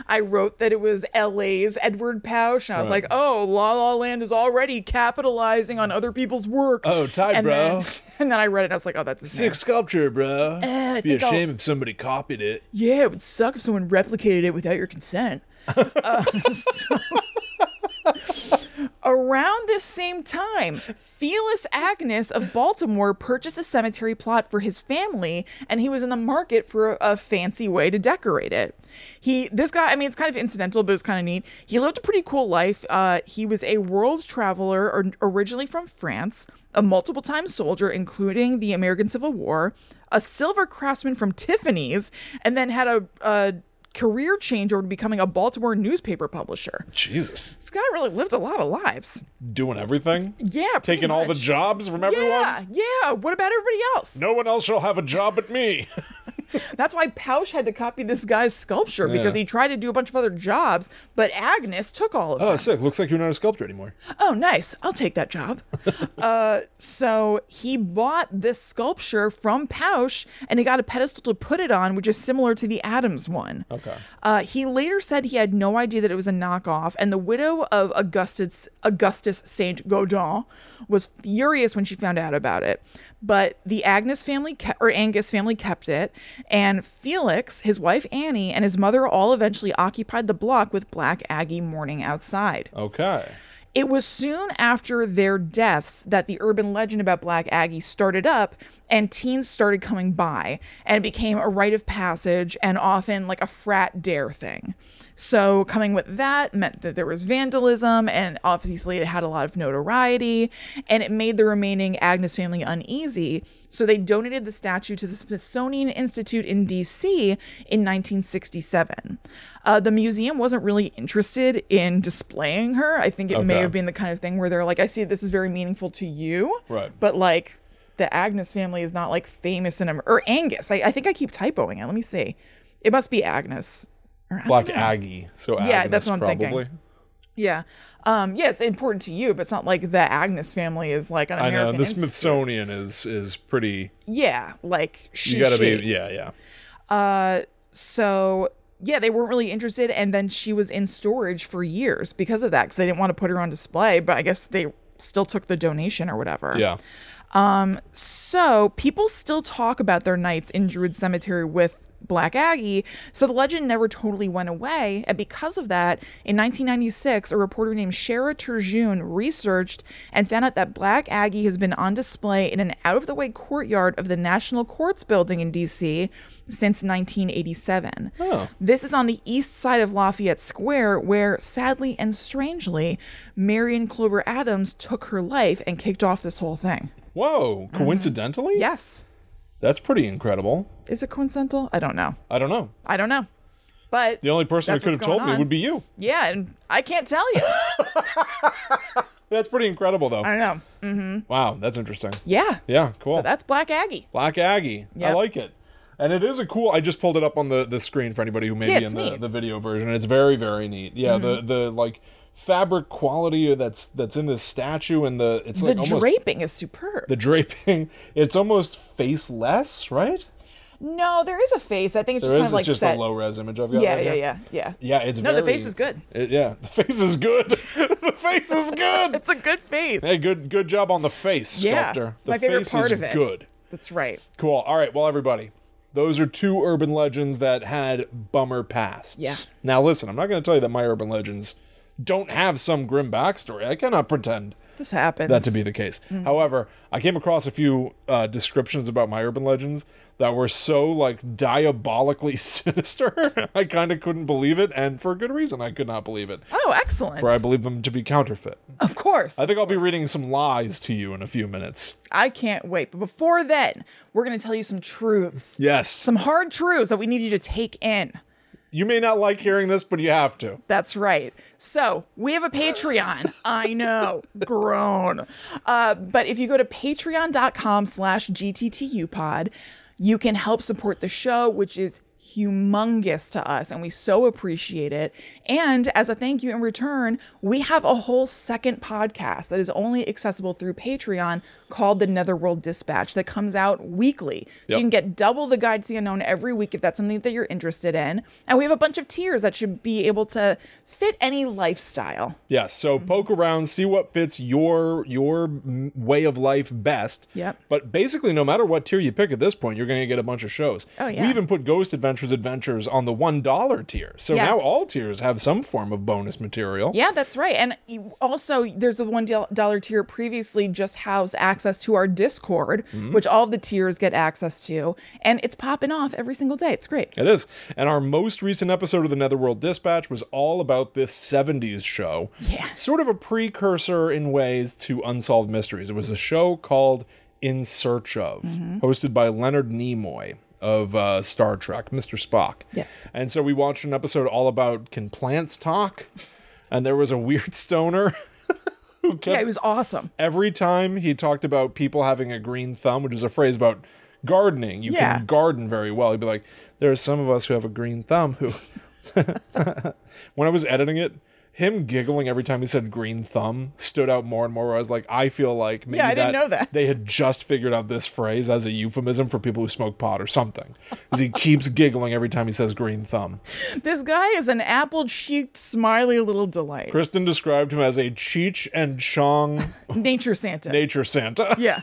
B: I wrote that it was L.A.'s Edward Pausch, and I was like, "Oh, La La Land is already capitalizing on other people's work."
A: Oh, tight,
B: and
A: bro.
B: Then, and then I read it, and I was like, "Oh, that's his name."
A: Sick sculpture, bro.
B: Eh, I
A: Be a
B: think I'll-
A: shame if somebody copied it.
B: Yeah, it would suck if someone replicated it without your consent. Uh, so- around this same time, Felis Agnes of Baltimore purchased a cemetery plot for his family, and he was in the market for a, a fancy way to decorate it. He, this guy, I mean, it's kind of incidental, but it was kind of neat. He lived a pretty cool life. Uh, he was a world traveler, or, originally from France, a multiple-time soldier, including the American Civil War, a silver craftsman from Tiffany's, and then had a, a career change over to becoming a Baltimore newspaper publisher.
A: Jesus.
B: This guy really lived a lot of lives.
A: Doing everything?
B: Yeah, pretty
A: Taking all the
B: much.
A: jobs from everyone?
B: Yeah, yeah. What about everybody else?
A: No one else shall have a job but me.
B: That's why Pausch had to copy this guy's sculpture because
A: Yeah.
B: he tried to do a bunch of other jobs, but Agnes took all of them.
A: Oh, sick. Looks like you're not a sculptor anymore.
B: oh nice i'll take that job uh, so he bought this sculpture from pausch and he got a pedestal to put it on which is similar to the adams one
A: Okay.
B: uh, he later said he had no idea that it was a knockoff and the widow of augustus augustus saint gaudens was furious when she found out about it but the agnes family ke- or angus family kept it and felix his wife annie and his mother all eventually occupied the block with black aggie mourning outside
A: Okay.
B: it was soon after their deaths that the urban legend about Black Aggie started up and teens started coming by and it became a rite of passage and often like a frat dare thing. So coming with that meant that there was vandalism, and obviously it had a lot of notoriety, and it made the remaining Agnes family uneasy. So they donated the statue to the Smithsonian Institute in D.C. in 1967. Uh, the museum wasn't really interested in displaying her. I think it may
A: Okay.
B: have been the kind of thing where they're like, "I see this is very meaningful to you,
A: Right.
B: But like, the Agnes family is not like famous in Amer- or Angus. I, I think I keep typoing it. Let me see. It must be Agnes. Or I
A: Black
B: don't know.
A: Aggie. So
B: Yeah,
A: Agnes,
B: that's what I'm
A: probably.
B: thinking. Yeah. Um, yeah, it's important to you, but it's not like the Agnes family is like an
A: I
B: American.
A: know the
B: inst-
A: Smithsonian is is pretty.
B: yeah, like she.
A: You gotta
B: she.
A: be yeah yeah.
B: Uh, so yeah, they weren't really interested, and then she was in storage for years because of that, because they didn't want to put her on display. But I guess they still took the donation or whatever.
A: Yeah.
B: So people still talk about their nights in Druid Cemetery with Black Aggie, so the legend never totally went away. And because of that, in 1996, a reporter named Shara Turjune researched and found out that Black Aggie has been on display in an out of the way courtyard of the National Courts building in DC since 1987. This is on the east side of Lafayette Square, where sadly and strangely, Marion Clover Adams took her life and kicked off this whole thing.
A: Whoa!
B: Mm-hmm.
A: Coincidentally,
B: Yes.
A: that's pretty incredible.
B: Is it coincidental? I don't know.
A: I don't know.
B: I don't know. But
A: The only person
B: That's
A: that could have
B: what's
A: told
B: going
A: me
B: on.
A: would be you.
B: yeah, and I can't tell you.
A: That's pretty incredible, though.
B: I don't know.
A: Wow, that's interesting.
B: Yeah.
A: Yeah, cool.
B: So that's Black Aggie.
A: Black Aggie. I
B: Yep.
A: like it. And it is a cool. I just pulled it up on the, the screen for anybody who may
B: Yeah,
A: be
B: it's
A: in the,
B: neat. Mm-hmm.
A: the video version. It's very very neat. Yeah, the the like fabric quality that's that's in this statue and the it's
B: The
A: like almost
B: draping is superb.
A: the draping. It's almost faceless, right?
B: no, there is a face. I think it's just
A: There
B: kind
A: is.
B: of like
A: it's just
B: set.
A: a low res image I've got.
B: yeah,
A: right
B: yeah,
A: here.
B: yeah, yeah,
A: Yeah, it's
B: No, the
A: very-
B: face is good.
A: it- yeah, the face is good. the face is good.
B: It's a good face.
A: Hey, good good job on the face,
B: Yeah,
A: sculptor. The
B: my favorite
A: face
B: part
A: is
B: of it.
A: good.
B: That's right.
A: Cool. All right. Well, everybody, those are two urban legends that had bummer pasts.
B: Yeah.
A: Now, listen, I'm not going to tell you that my urban legends don't have some grim backstory. I cannot pretend
B: This happens.
A: that to be the case.
B: Mm-hmm.
A: However, I came across a few uh, descriptions about my urban legends that were so like diabolically sinister. I kind of couldn't believe it, and for good reason, I could not believe it.
B: Oh, excellent.
A: For I believe them to be counterfeit.
B: Of course.
A: I think I'll be reading some lies to you in a few minutes.
B: I can't wait. But before then, we're going to tell you some truths,
A: Yes.
B: some hard truths that we need you to take in.
A: you may not like hearing this, but you have to.
B: That's right. So we have a Patreon. I know, groan. Uh, but if you go to patreon.com slash gttupod, you can help support the show, which is humongous to us and we so appreciate it. And as a thank you in return, we have a whole second podcast that is only accessible through Patreon called The Netherworld Dispatch that comes out weekly. So
A: Yep.
B: you can get double the guide to the unknown every week if that's something that you're interested in. And we have a bunch of tiers that should be able to fit any lifestyle.
A: Yes. So
B: Mm-hmm.
A: poke around, see what fits your your m- way of life best.
B: Yep.
A: But basically, no matter what tier you pick at this point, you're going to get a bunch of shows.
B: Oh, yeah.
A: We even put Ghost Adventures Adventures on the one dollar tier. So now
B: Yes.
A: all tiers have some form of bonus material.
B: Yeah, that's right. And you- also, there's the one dollar tier previously just housed access to our Discord,
A: Mm-hmm.
B: which all of the tiers get access to, and it's popping off every single day. It's great.
A: It is. And our most recent episode of the Netherworld Dispatch was all about this 70s show.
B: Yeah.
A: Sort of a precursor in ways to Unsolved Mysteries. It was a show called In Search of,
B: Mm-hmm.
A: hosted by Leonard Nimoy of uh, Star Trek, Mr. Spock.
B: Yes.
A: And so we watched an episode all about can plants talk? And there was a weird stoner. who kept
B: Yeah, it was awesome.
A: every time he talked about people having a green thumb, which is a phrase about gardening. You
B: Yeah.
A: can garden very well. He'd be like, "There are some of us who have a green thumb." Who, when I was editing it, him giggling every time he said "green thumb" stood out more and more. Where I was like, "I feel like maybe
B: Yeah, I didn't know that.
A: they had just figured out this phrase as a euphemism for people who smoke pot or something." Because he keeps giggling every time he says "green thumb."
B: This guy is an apple cheeked, smiley little delight.
A: Kristen described him as a Cheech and Chong
B: Nature Santa.
A: nature Santa,
B: yeah.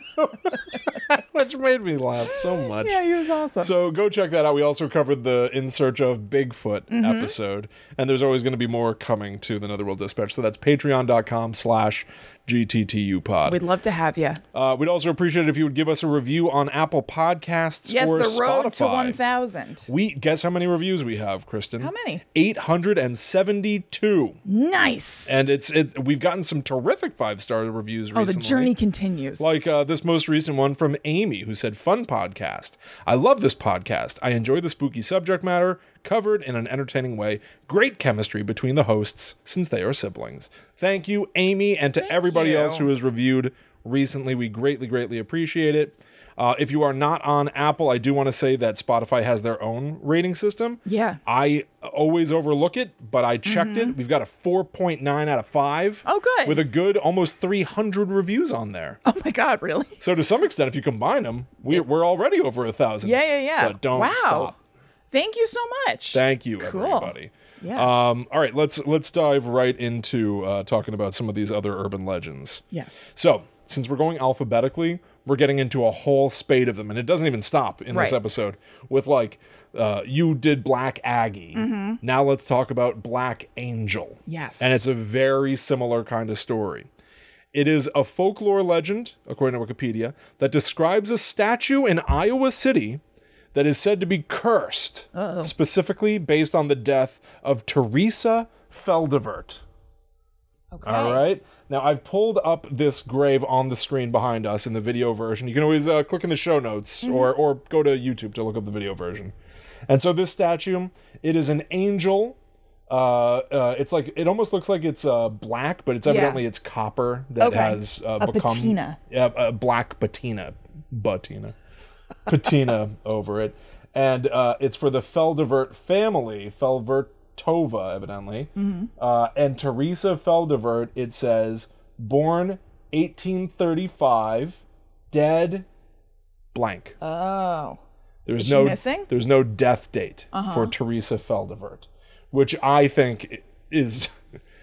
A: which made me laugh so much.
B: Yeah, he was awesome.
A: So go check that out. We also covered the In Search of Bigfoot
B: Mm-hmm.
A: episode, and there's always going to be more coming to the Netherworld Dispatch. So that's patreon.com slash GTTU pod.
B: We'd love to have you.
A: Uh, we'd also appreciate it if you would give us a review on Apple Podcasts
B: Yes,
A: or
B: the road
A: Spotify.
B: to 1,000.
A: We guess how many reviews we have, Kristen?
B: How many?
A: 872.
B: Nice.
A: And it's it we've gotten some terrific five-star reviews
B: oh, the
A: recently.
B: journey continues.
A: Like uh, this most recent one from Amy, who said, Fun podcast. I love this podcast. I enjoy the spooky subject matter, covered in an entertaining way. Great chemistry between the hosts, since they are siblings. Thank you, Amy, and to everybody
B: you.
A: else who has reviewed recently. We greatly, greatly appreciate it. Uh, if you are not on Apple, I do want to say that Spotify has their own rating system.
B: Yeah. Mm-hmm.
A: I always overlook it, but I checked it. We've got a 4.9 out of 5.
B: Oh, good.
A: With a good almost 300 reviews on there.
B: oh my God, really?
A: So to some extent, if you combine them, we, we're already over a thousand.
B: Yeah, yeah, yeah.
A: But don't
B: wow.
A: stop.
B: Thank you so much.
A: Thank you,
B: Cool.
A: everybody.
B: Yeah.
A: Um, all right, let's let's dive right into uh, talking about some of these other urban legends.
B: yes.
A: So since we're going alphabetically, we're getting into a whole spate of them, and it doesn't even stop in this
B: Right.
A: episode with like, uh, you did Black Aggie. Now let's talk about Black Angel.
B: Mm-hmm. Yes.
A: And it's a very similar kind of story. It is a folklore legend, according to Wikipedia, that describes a statue in Iowa City that is said to be cursed, specifically based on the death of Teresa Feldevert.
B: Okay.
A: All right. Now I've pulled up this grave on the screen behind us in the video version. You can always uh, click in the show notes
B: Mm-hmm.
A: or or go to YouTube to look up the video version. And so this statue, it is an angel. Uh, uh, it's like it almost looks like it's uh, black, but it's evidently it's copper that
B: Okay.
A: has uh,
B: A
A: become
B: patina.
A: Yeah, a black patina, patina, patina over it, and uh, it's for the Feldevert family, Felvertova, evidently,
B: Mm-hmm.
A: uh, and Teresa Feldevert. It says born 1835, dead blank.
B: Oh.
A: There's
B: she
A: no
B: missing? Uh-huh.
A: there's no death date for Teresa Feldevert, which I think i- is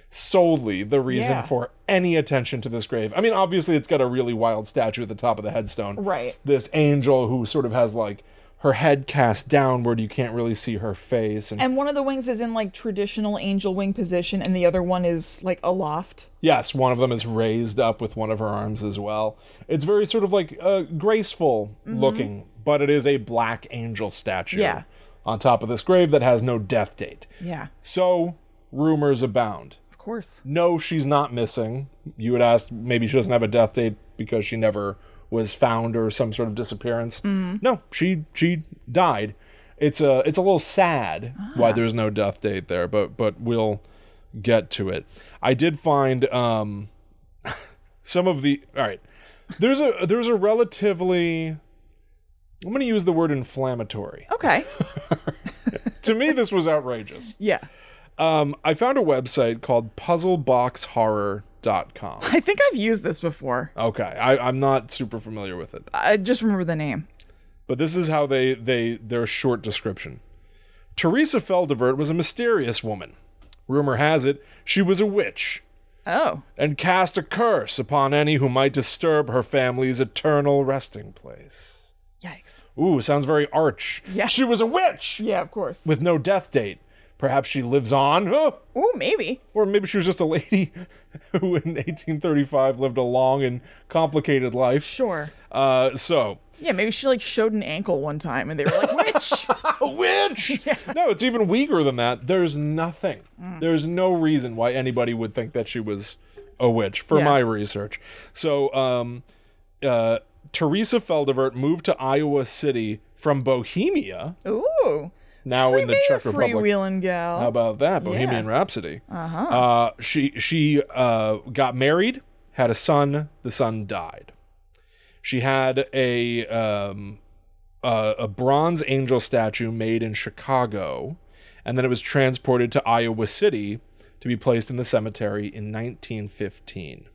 A: solely the reason
B: Yeah.
A: for any attention to this grave. I mean, obviously it's got a really wild statue at the top of the headstone.
B: Right.
A: This angel who sort of has like her head cast downward, you can't really see her face and
B: And one of the wings is in like traditional angel wing position, and the other one is like aloft.
A: Yes, one of them is raised up with one of her arms as well. It's very sort of like uh, graceful looking, but it is a black angel statue
B: Mm-hmm. Yeah. Mm.
A: on top of this grave that has no death date.
B: Yeah.
A: So rumors abound.
B: Of course.
A: No, she's not missing. You had asked maybe she doesn't have a death date because she never was found or some sort of disappearance. No, she she died. It's a it's a little sad why there's no death date there, but but we'll get to it. I did find um some of the all right. There's a there's a relatively I'm going to use the word inflammatory.
B: Okay.
A: to me this was outrageous.
B: yeah.
A: Um, I found a website called puzzleboxhorror.com.
B: I think I've used this before.
A: Okay, I, I'm not super familiar with it,
B: I just remember the name.
A: but this is how they they their short description. Teresa Feldevert was a mysterious woman. Rumor has it she was a witch
B: Oh.
A: and cast a curse upon any who might disturb her family's eternal resting place.
B: Yikes.
A: Ooh, sounds very arch.
B: Yeah.
A: She was a witch
B: Yeah, of course.
A: with no death date. Perhaps she lives on. Oh,
B: Ooh, maybe.
A: Or maybe she was just a lady who in 1835 lived a long and complicated life.
B: Sure.
A: Uh, so.
B: Yeah, maybe she like showed an ankle one time and they were like, witch.
A: A witch! No, it's even weaker than that. There's nothing. There's no reason why anybody would think that she was a witch for
B: Yeah.
A: my research. So, um, uh, Teresa Feldevert moved to Iowa City from Bohemia,
B: Ooh.
A: now in the
B: Maybe a
A: Czech Republic.
B: freewheeling gal.
A: How about that? Bohemian Rhapsody. Uh-huh. Uh she she uh got married, had a son, the son died. She had a um a, a bronze angel statue made in Chicago, and then it was transported to Iowa City to be placed in the cemetery in 1915.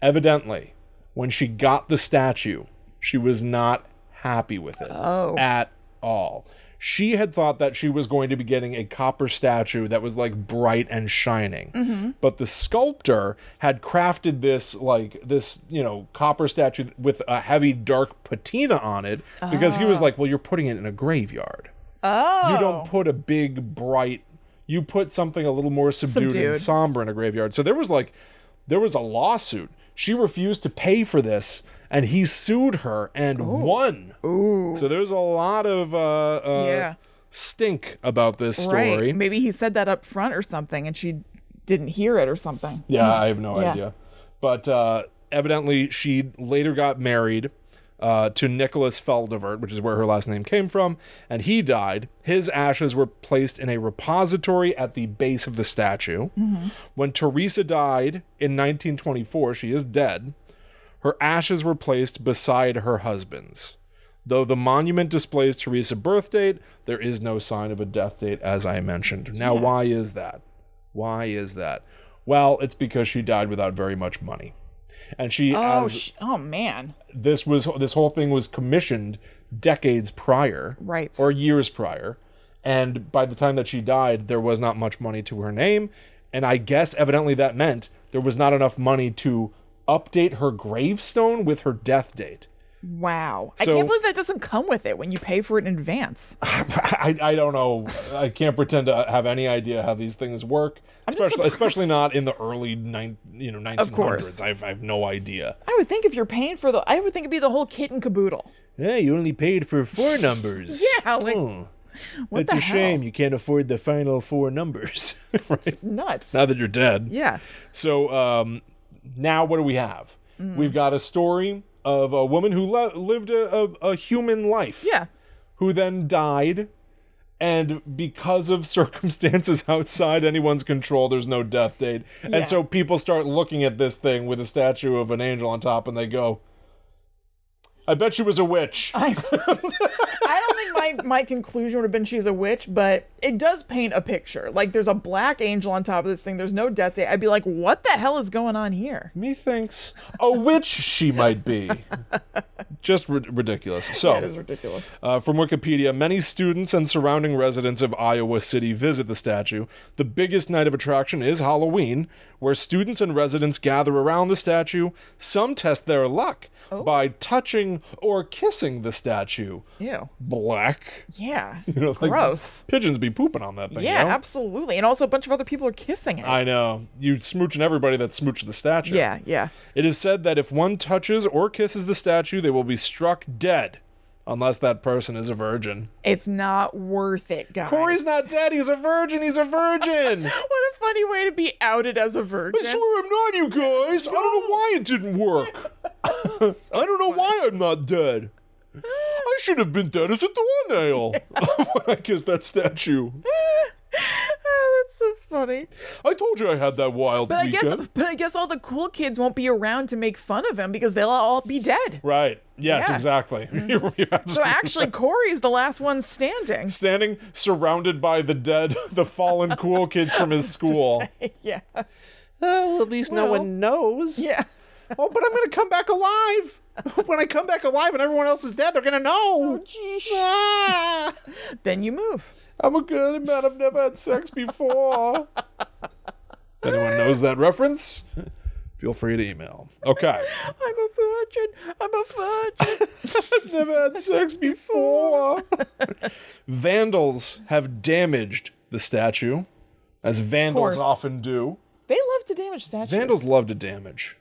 A: Evidently, when she got the statue, she was not happy with it at all. She had thought that she was going to be getting a copper statue that was like bright and shining. But the sculptor had crafted this like this, you know, copper statue with a heavy dark patina on it because he was like, "Well, you're putting it in a graveyard.
B: oh.
A: You don't put a big bright you put something a little more subdued, and
B: Subdued.
A: somber in a graveyard." So there was like There was a lawsuit. She refused to pay for this, and he sued her and won. Ooh. So there's a lot of uh, uh,
B: Yeah.
A: stink about this story.
B: Right. Maybe he said that up front or something and she didn't hear it or something.
A: Yeah, I have no
B: Yeah.
A: idea. But uh, evidently, she later got married uh, to Nicholas Feldevert, which is where her last name came from, and he died. His ashes were placed in a repository at the base of the statue. When Teresa died in 1924, she is dead. Her ashes were placed beside her husband's. Though the monument displays Teresa's birth date, there is no sign of a death date, as I mentioned. Now, why is that? Why is that? Well, it's because she died without very much money. And she,
B: Oh,
A: as
B: sh- oh man.
A: this was, this whole thing was commissioned decades prior,
B: Right.
A: or years prior. And by the time that she died, there was not much money to her name. And I guess evidently that meant there was not enough money to update her gravestone with her death date.
B: Wow. I
A: So-
B: can't believe that doesn't come with it when you pay for it in advance.
A: I, I don't know. I can't pretend to have any idea how these things work,
B: just
A: especially
B: surprised.
A: especially not in the early nine, you know, 1900s.
B: course.
A: I've, I've no idea.
B: I would think if you're paying for the, I would think it'd be the whole kit and caboodle.
A: Yeah, you only paid for four numbers. Hmm.
B: Yeah, like,
A: What
B: the hell?
A: You can't afford the final four numbers. right.
B: Nuts.
A: Now that you're dead.
B: yeah.
A: So um, now what do we have?
B: Mm.
A: We've got a story of a woman who le- lived a, a, a human life.
B: Yeah.
A: who then died. And because of circumstances outside anyone's control, there's no death date.
B: Yeah.
A: And so people start looking at this thing with a statue of an angel on top and they go, I bet she was a witch.
B: I, I don't think my, my conclusion would have been she's a witch, but it does paint a picture. Like there's a black angel on top of this thing. There's no death date. I'd be like, what the hell is going on here?
A: Methinks a witch she might be. Just rid- ridiculous. So,
B: That is ridiculous.
A: Uh, from Wikipedia, many students and surrounding residents of Iowa City visit the statue. The biggest night of attraction is Halloween, where students and residents gather around the statue. Some test their luck
B: Oh.
A: by touching or kissing the statue.
B: Ew.
A: Black.
B: Yeah.
A: You know, like,
B: Gross.
A: Pigeons be pooping on that thing.
B: yeah,
A: you know?
B: absolutely. And also a bunch of other people are kissing it.
A: I know. You smooching everybody that smooched the statue.
B: yeah, yeah.
A: It is said that if one touches or kisses the statue, they will be struck dead, unless that person is a virgin.
B: It's not worth it, guys.
A: Corey's not dead. He's a virgin. He's a virgin.
B: What a funny way to be outed as a virgin.
A: I swear I'm not, you guys. I don't know why it didn't work. I don't know why I'm not dead. I should have been dead as a doornail when I kissed that statue.
B: oh, that's so funny.
A: I told you I had that wild
B: But I
A: weekend.
B: guess, but I guess all the cool kids won't be around to make fun of him because they'll all be dead.
A: Right. Yes,
B: Yeah.
A: exactly. You're- you're
B: So
A: absolutely-
B: actually, Corey's the last one standing.
A: Standing surrounded by the dead, the fallen cool kids from his school.
B: yeah,
A: Oh, at least
B: Well, one
A: knows.
B: yeah.
A: Oh, but I'm going to come back alive. when I come back alive and everyone else is dead, they're going to know. Ah.
B: Jeesh. Then you move.
A: I'm a girly man. I've never had sex before. Anyone knows that reference? Feel free to email. Okay.
B: I'm a virgin. I'm a virgin.
A: I've never had sex before. Vandals have damaged the statue, as
B: course.
A: vandals often do.
B: they love to damage statues.
A: Vandals love to damage.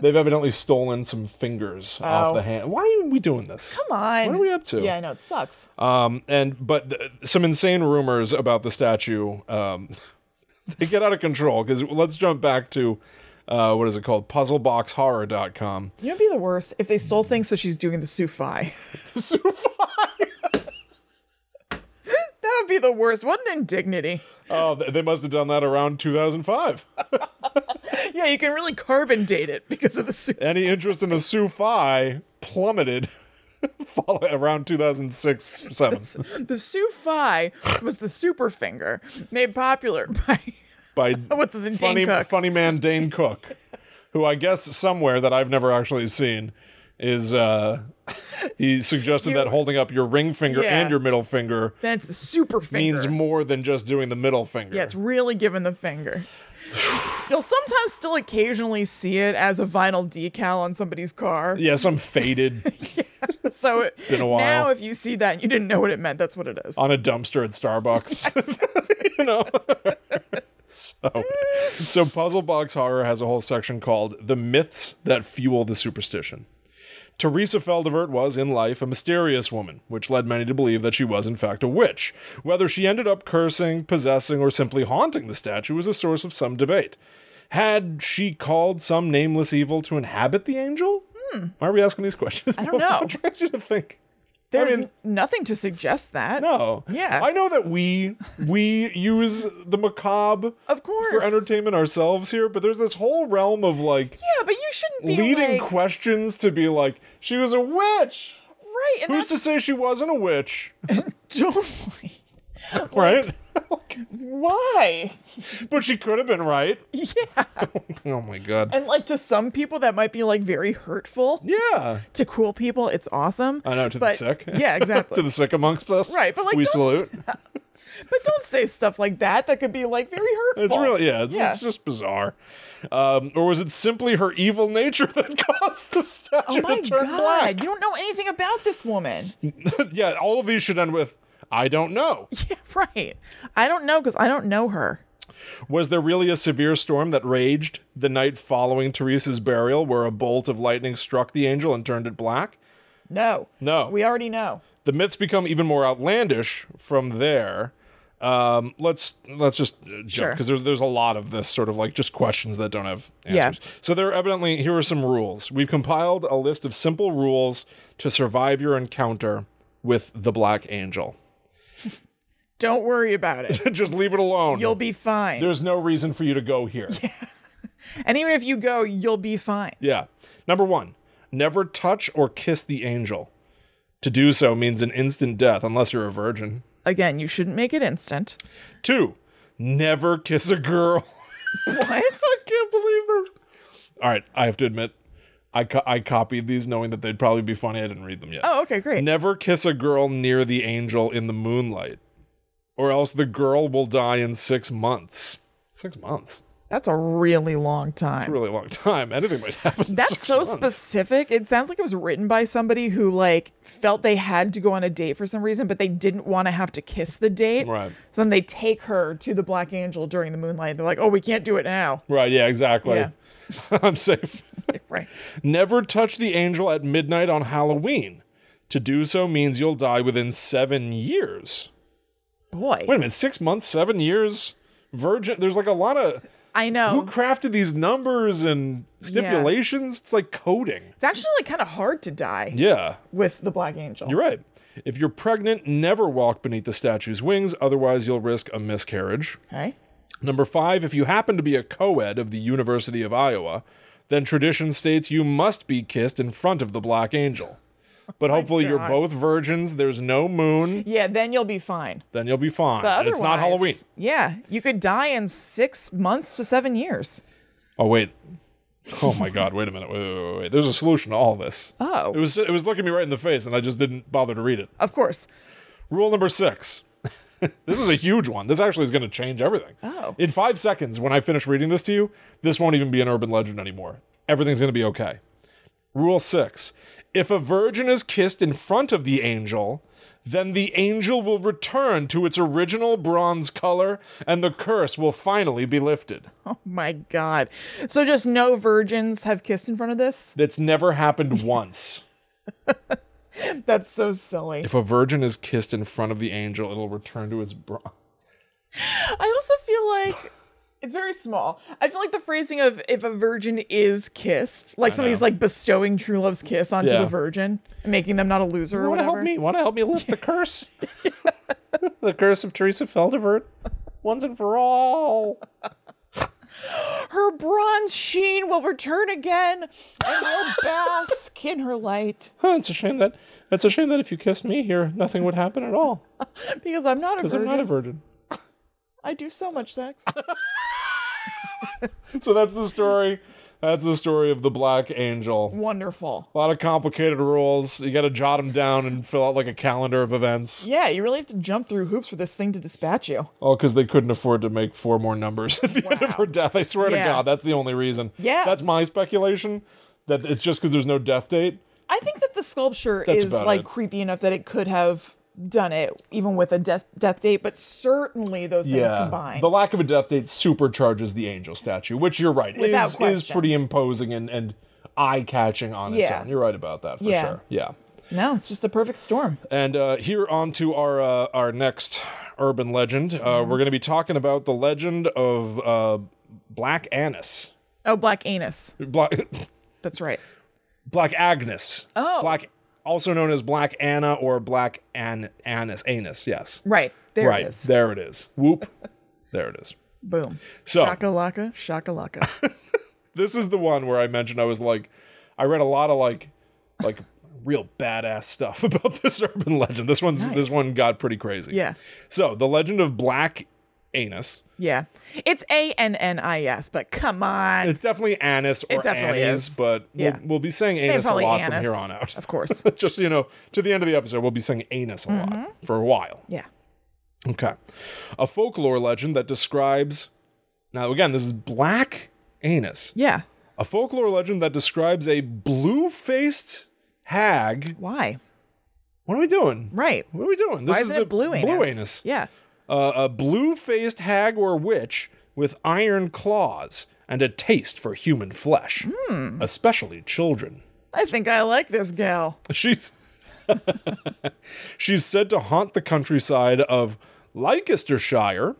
A: They've evidently stolen some fingers
B: Oh.
A: off the hand. Why are we doing this?
B: Come on.
A: What are we up to?
B: Yeah, I know it sucks.
A: Um, and but th- some insane rumors about the statue. Um, they get out of control because let's jump back to uh, what is it called? Puzzleboxhorror.com.
B: You know, what'd be the worst if they stole things. So she's doing the Sufi. That would be the worst. What an indignity.
A: oh, th- they must have done that around 2005.
B: Yeah, you can really carbon date it because of the Sufi.
A: Any interest in the Sufi plummeted follow- around 2006 7
B: The Sufi was the super finger made popular by
A: by
B: what's his name, Dane
A: funny,
B: Cook.
A: funny man Dane Cook, who I guess somewhere that I've never actually seen is uh he suggested that holding up your ring finger
B: Yeah.
A: and your middle finger
B: then it's the super finger.
A: means more than just doing the middle finger.
B: Yeah, it's really giving the finger. You'll sometimes still occasionally see it as a vinyl decal on somebody's car.
A: yeah, some faded
B: So it,
A: been a while.
B: now, if you see that and you didn't know what it meant, that's what it is.
A: on a dumpster at Starbucks. you know. So, so Puzzle Box Horror has a whole section called The Myths That Fuel the Superstition. Teresa Feldevert was, in life, a mysterious woman, which led many to believe that she was, in fact, a witch. Whether she ended up cursing, possessing, or simply haunting the statue is a source of some debate. Had she called some nameless evil to inhabit the angel? Why are we asking these questions? I
B: Hmm. don't know.
A: I'm trying to think.
B: There's
A: mean-
B: n- nothing to suggest that.
A: No.
B: Yeah.
A: Oh, I know that we we use the macabre
B: Of course.
A: for entertainment ourselves here, but there's this whole realm of like
B: Yeah, but you shouldn't be
A: leading
B: like,
A: questions to be like, she was a witch.
B: right, and
A: Who's
B: that's
A: to say she wasn't a witch?
B: totally
A: Right?
B: why.
A: but she could have been right. Yeah. oh my god.
B: And like to some people, that might be like very hurtful.
A: Yeah.
B: To cool people, it's awesome.
A: I know to the
B: but,
A: sick.
B: Yeah, exactly.
A: to the sick amongst us.
B: Right, but, like,
A: we
B: don't
A: salute.
B: But don't say stuff like that. That could be like very hurtful.
A: It's really yeah, it's,
B: Yeah.
A: it's just bizarre. Um, or was it simply her evil nature that caused the
B: Oh
A: statue
B: my
A: to turn
B: god!
A: black?
B: You don't know anything about this woman.
A: yeah, all of these should end with I don't know.
B: Yeah, right. I don't know because I don't know her.
A: Was there really a severe storm that raged the night following Teresa's burial where a bolt of lightning struck the angel and turned it black?
B: No.
A: No.
B: We already know.
A: the myths become even more outlandish from there. Um, let's let's just uh, jump
B: Sure.
A: because there's there's a lot of this sort of like just questions that don't have
B: Yeah.
A: answers. So there are evidently here are some rules. We've compiled a list of simple rules to survive your encounter with the Black Angel.
B: Don't worry about it.
A: just leave it alone.
B: You'll be fine.
A: there's no reason for you to go here.
B: and even if you go, you'll be fine.
A: Yeah. Number one, never touch or kiss the angel. To do so means an instant death unless you're a virgin.
B: Again, you shouldn't make it instant.
A: Two, never kiss a girl.
B: What?
A: I can't believe this. All right, I have to admit, I, co- I copied these knowing that they'd probably be funny. I didn't read them yet.
B: Oh, okay, great.
A: Never kiss a girl near the angel in the moonlight, or else the girl will die in six months. Six months?
B: That's a really long time.
A: Really long time. Anything might happen. in
B: That's
A: six
B: so
A: months.
B: specific. It sounds like it was written by somebody who like felt they had to go on a date for some reason, but they didn't want to have to kiss the date.
A: Right.
B: So then they take her to the Black Angel during the moonlight. They're like, "Oh, we can't do it now."
A: Right, yeah, exactly.
B: Yeah.
A: I'm safe.
B: Right.
A: Never touch the angel at midnight on Halloween. To do so means you'll die within seven years.
B: Boy.
A: Wait a minute, six months, seven years? Virgin, there's like a lot of.
B: I
A: who
B: know.
A: crafted these numbers and stipulations? It's like coding.
B: It's actually like kind of hard to die
A: Yeah,
B: with the Black Angel.
A: you're right. If you're pregnant, never walk beneath the statue's wings, otherwise, you'll risk a miscarriage.
B: Okay.
A: Number five, if you happen to be a co ed of the University of Iowa, then tradition states you must be kissed in front of the black angel. But hopefully, you're
B: God.
A: both virgins, there's no moon,
B: Yeah, then you'll be fine.
A: then you'll be fine.
B: But
A: And
B: otherwise,
A: it's not Halloween.
B: Yeah, you could die in six months to seven years.
A: Oh, wait. Oh my God! Wait a minute! Wait, wait, wait, wait! There's a solution to all this.
B: Oh.
A: it was it was looking me right in the face, and I just didn't bother to read it.
B: Of course.
A: Rule number six. this is a huge one. This actually is going to change everything.
B: Oh.
A: In five seconds, when I finish reading this to you, this won't even be an urban legend anymore. Everything's going to be okay. Rule six. If a virgin is kissed in front of the angel, then the angel will return to its original bronze color and the curse will finally be lifted.
B: Oh my God. So just no virgins have kissed in front of this?
A: That's never happened once.
B: That's so silly.
A: If a virgin is kissed in front of the angel, it'll return to its bronze.
B: I also feel like it's very small. I feel like the phrasing of if a virgin is kissed, like somebody's
A: know.
B: like bestowing true love's kiss onto
A: Yeah.
B: the virgin, and making them not a loser or
A: Want to
B: whatever.
A: help me? Want to help me lift the curse? the curse of Teresa Feldevert, once and for all.
B: Her bronze sheen will return again, and we'll bask in her light
A: Huh, it's a shame that it's a shame that if you kissed me here, nothing would happen at all.
B: because I'm not a
A: 'cause
B: virgin.
A: I'm not a virgin.
B: I do so much sex.
A: So that's the story. That's the story of the Black Angel.
B: Wonderful.
A: A lot of complicated rules. You got to jot them down and fill out like a calendar of events.
B: Yeah, you really have to jump through hoops for this thing to dispatch you.
A: All because they couldn't afford to make four more numbers at the end of her death. I swear
B: Yeah.
A: to God, that's the only reason.
B: Yeah.
A: That's my speculation. That it's just because there's no death date.
B: I think that the sculpture
A: That's
B: is
A: about
B: like
A: it.
B: creepy enough that it could have done it even with a death death date, but certainly those things combined.
A: The lack of a death date supercharges the angel statue, which you're right
B: Without
A: is is
B: question.
A: pretty imposing and and eye catching on its
B: Yeah.
A: own. You're right about that for
B: Yeah.
A: sure. Yeah.
B: no, it's just a perfect storm.
A: And uh, here on to our uh, our next urban legend. Uh, we're going to be talking about the legend of uh, Black Annis.
B: Oh, black anus.
A: Black
B: That's right.
A: Black Agnes.
B: Oh.
A: Black also known as Black Anna or Black An Annis Anus. Yes.
B: Right there
A: right.
B: it is.
A: There it is. Whoop. there it is.
B: Boom.
A: So
B: Shakalaka, shakalaka.
A: this is the one where I mentioned I was like, I read a lot of like, like real badass stuff about this urban legend. This one's this
B: Nice.
A: one got pretty crazy.
B: Yeah.
A: So the legend of Black Anus.
B: yeah, it's A N N I S, but come on,
A: It's definitely Anus or
B: definitely
A: Anise,
B: is.
A: but
B: Yeah.
A: we'll, we'll be saying
B: They
A: anus a
B: probably
A: lot from
B: anus,
A: here on out.
B: of course.
A: Just you know, to the end of the episode, we'll be saying anus a lot
B: Mm-hmm.
A: for a while.
B: Yeah.
A: Okay. A folklore legend that describes now again, this is black anus.
B: Yeah.
A: A folklore legend that describes a blue faced hag.
B: Why?
A: What are we doing?
B: Right.
A: What are we doing? This
B: Why isn't it blue anus?
A: Blue anus.
B: Yeah.
A: Uh, a blue faced hag or witch with iron claws and a taste for human flesh,
B: Hmm.
A: especially children.
B: I think I like this gal.
A: She's she's said to haunt the countryside of Leicestershire,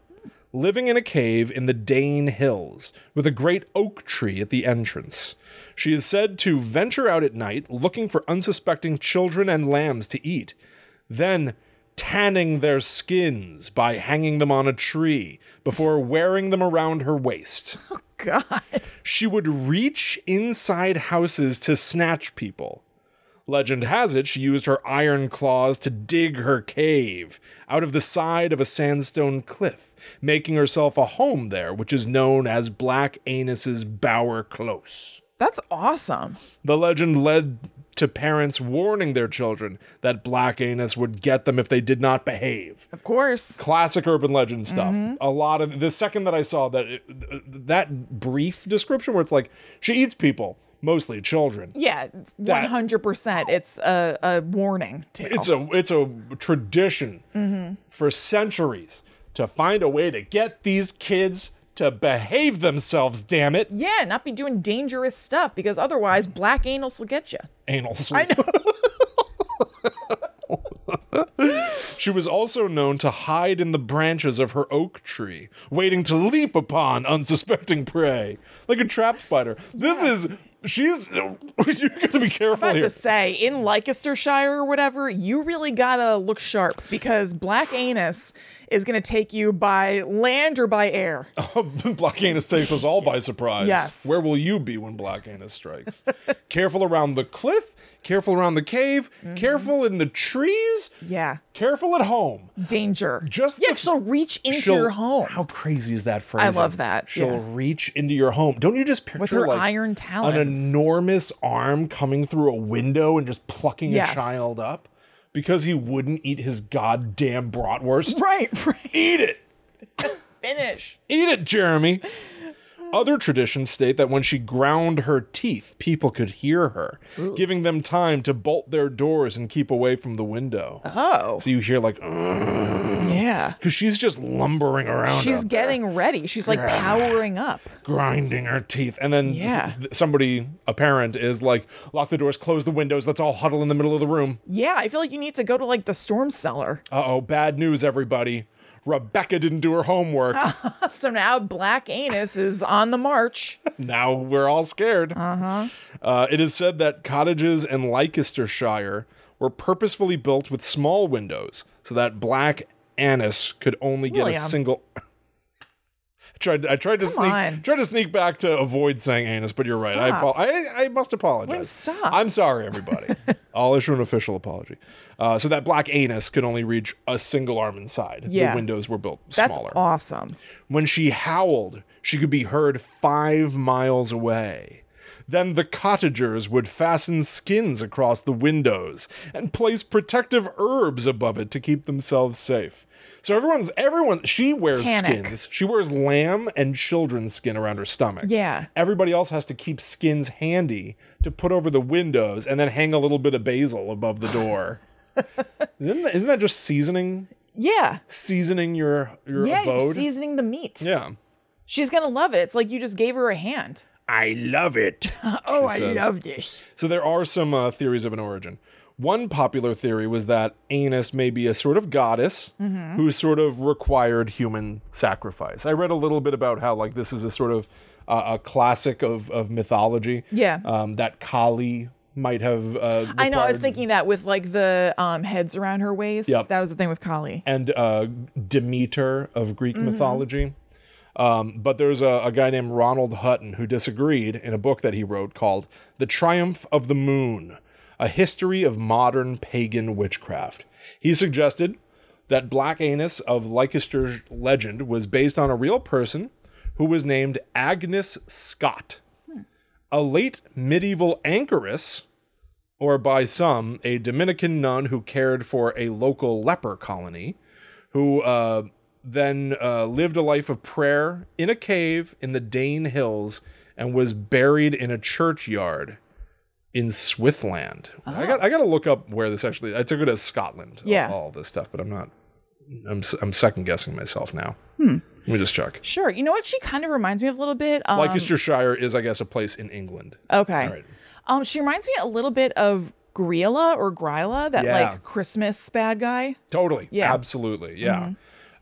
A: living in a cave in the Dane Hills with a great oak tree at the entrance. She is said to venture out at night looking for unsuspecting children and lambs to eat, then tanning their skins by hanging them on a tree before wearing them around her waist.
B: God.
A: She would reach inside houses to snatch people. Legend has it she used her iron claws to dig her cave out of the side of a sandstone cliff, making herself a home there, which is known as Black Anus's Bower Close.
B: That's awesome.
A: The legend led to parents warning their children that Black Anus would get them if they did not behave
B: Of course.
A: classic urban legend stuff.
B: Mm-hmm.
A: A lot of the second that I saw that that brief description where it's like she eats people, mostly children.
B: Yeah, one hundred percent. It's a, a warning tale.
A: It's a it's a tradition
B: Mm-hmm.
A: for centuries to find a way to get these kids to behave themselves. Damn it,
B: yeah, not be doing dangerous stuff because otherwise, black anus will get you.
A: anal sweep. She was also known to hide in the branches of her oak tree, waiting to leap upon unsuspecting prey, like a trap spider. This is she's you gotta be careful
B: But
A: here.
B: to say in Leicestershire or whatever, you really gotta look sharp because black anus is gonna take you by land or by air.
A: Oh. Black Anus takes us all by surprise.
B: Yes.
A: Where will you be when Black Anus strikes? careful around the cliff, careful around the cave, careful in the trees,
B: Mm-hmm. Yeah,
A: careful at home.
B: danger.
A: Just
B: yeah,
A: the-
B: she'll reach into
A: She'll-
B: your home.
A: How crazy is that phrase?
B: love that,
A: She'll
B: yeah.
A: reach into your home. Don't you just picture
B: her
A: like,
B: iron
A: an
B: talons.
A: enormous arm coming through a window and just plucking
B: Yes.
A: a child up because he wouldn't eat his goddamn bratwurst?
B: Right, right.
A: Eat it.
B: Finish.
A: Eat it, Jeremy. Other traditions state that when she ground her teeth, people could hear her, giving them time to bolt their doors and keep away from the window.
B: Oh,
A: So you hear like, because
B: yeah.
A: she's just lumbering around.
B: She's
A: out there.
B: getting ready. She's like powering up.
A: grinding her teeth. And then
B: Yeah.
A: s- s- somebody, a parent, is like, lock the doors, close the windows, let's all huddle in the middle of the room.
B: Yeah, I feel like you need to go to like the storm cellar.
A: Uh oh, bad news, everybody. Rebecca didn't do her homework.
B: So now Black Anus is on the march.
A: now we're all scared. Uh-huh. It is said that cottages in Leicestershire were purposefully built with small windows so that black anise could only get a
B: William.
A: single. I tried. I tried to sneak.
B: on.
A: Tried to sneak back to avoid saying anus, but you're right. I,
B: Stop.
A: apo- I I must apologize.
B: stop.
A: I'm sorry, everybody. I'll issue an official apology. Uh, so that black anus could only reach a single arm inside.
B: Yeah.
A: The windows were built
B: That's
A: smaller.
B: awesome.
A: When she howled, she could be heard five miles away. Then the cottagers would fasten skins across the windows and place protective herbs above it to keep themselves safe. So everyone's everyone she wears
B: Panic.
A: skins. She wears lamb and children's skin around her stomach.
B: Yeah.
A: Everybody else has to keep skins handy to put over the windows and then hang a little bit of basil above the door. Isn't that, isn't that just seasoning?
B: Yeah.
A: Seasoning your your
B: Yeah, you're
A: abode?
B: seasoning the meat.
A: yeah.
B: She's gonna love it. It's like you just gave her a hand.
A: I love it.
B: Oh, I
A: says.
B: love this.
A: So there are some uh, theories of an origin. One popular theory was that Anus may be a sort of goddess
B: Mm-hmm.
A: who sort of required human sacrifice. I read a little bit about how like this is a sort of uh, a classic of, of mythology.
B: Yeah.
A: Um, that Kali might have. Uh,
B: I know. I was
A: required-
B: thinking that with like the um, heads around her waist.
A: Yep.
B: That was the thing with Kali.
A: and uh, Demeter of Greek mythology. Um, but there's a, a guy named Ronald Hutton who disagreed in a book that he wrote called The Triumph of the Moon A History of Modern Pagan Witchcraft. He suggested that Black Anus of Leicester's legend was based on a real person who was named Agnes Scott, a late medieval anchoress or by some, a Dominican nun who cared for a local leper colony, who uh, then uh, lived a life of prayer in a cave in the Dane Hills and was buried in a churchyard in Swithland. I got I got to look up where this actually. I took it as Scotland. all-
B: Yeah.
A: all, this stuff, but I'm not. I'm s- I'm second guessing myself now. Let me just check.
B: Sure. You know what? She kind of reminds me of a little bit. Um,
A: Leicestershire is, I guess, a place in England.
B: okay.
A: All right.
B: Um, she reminds me a little bit of Grilla or Gryla, that
A: Yeah.
B: like Christmas bad guy.
A: Totally.
B: Yeah. Mm-hmm.
A: Absolutely. Yeah.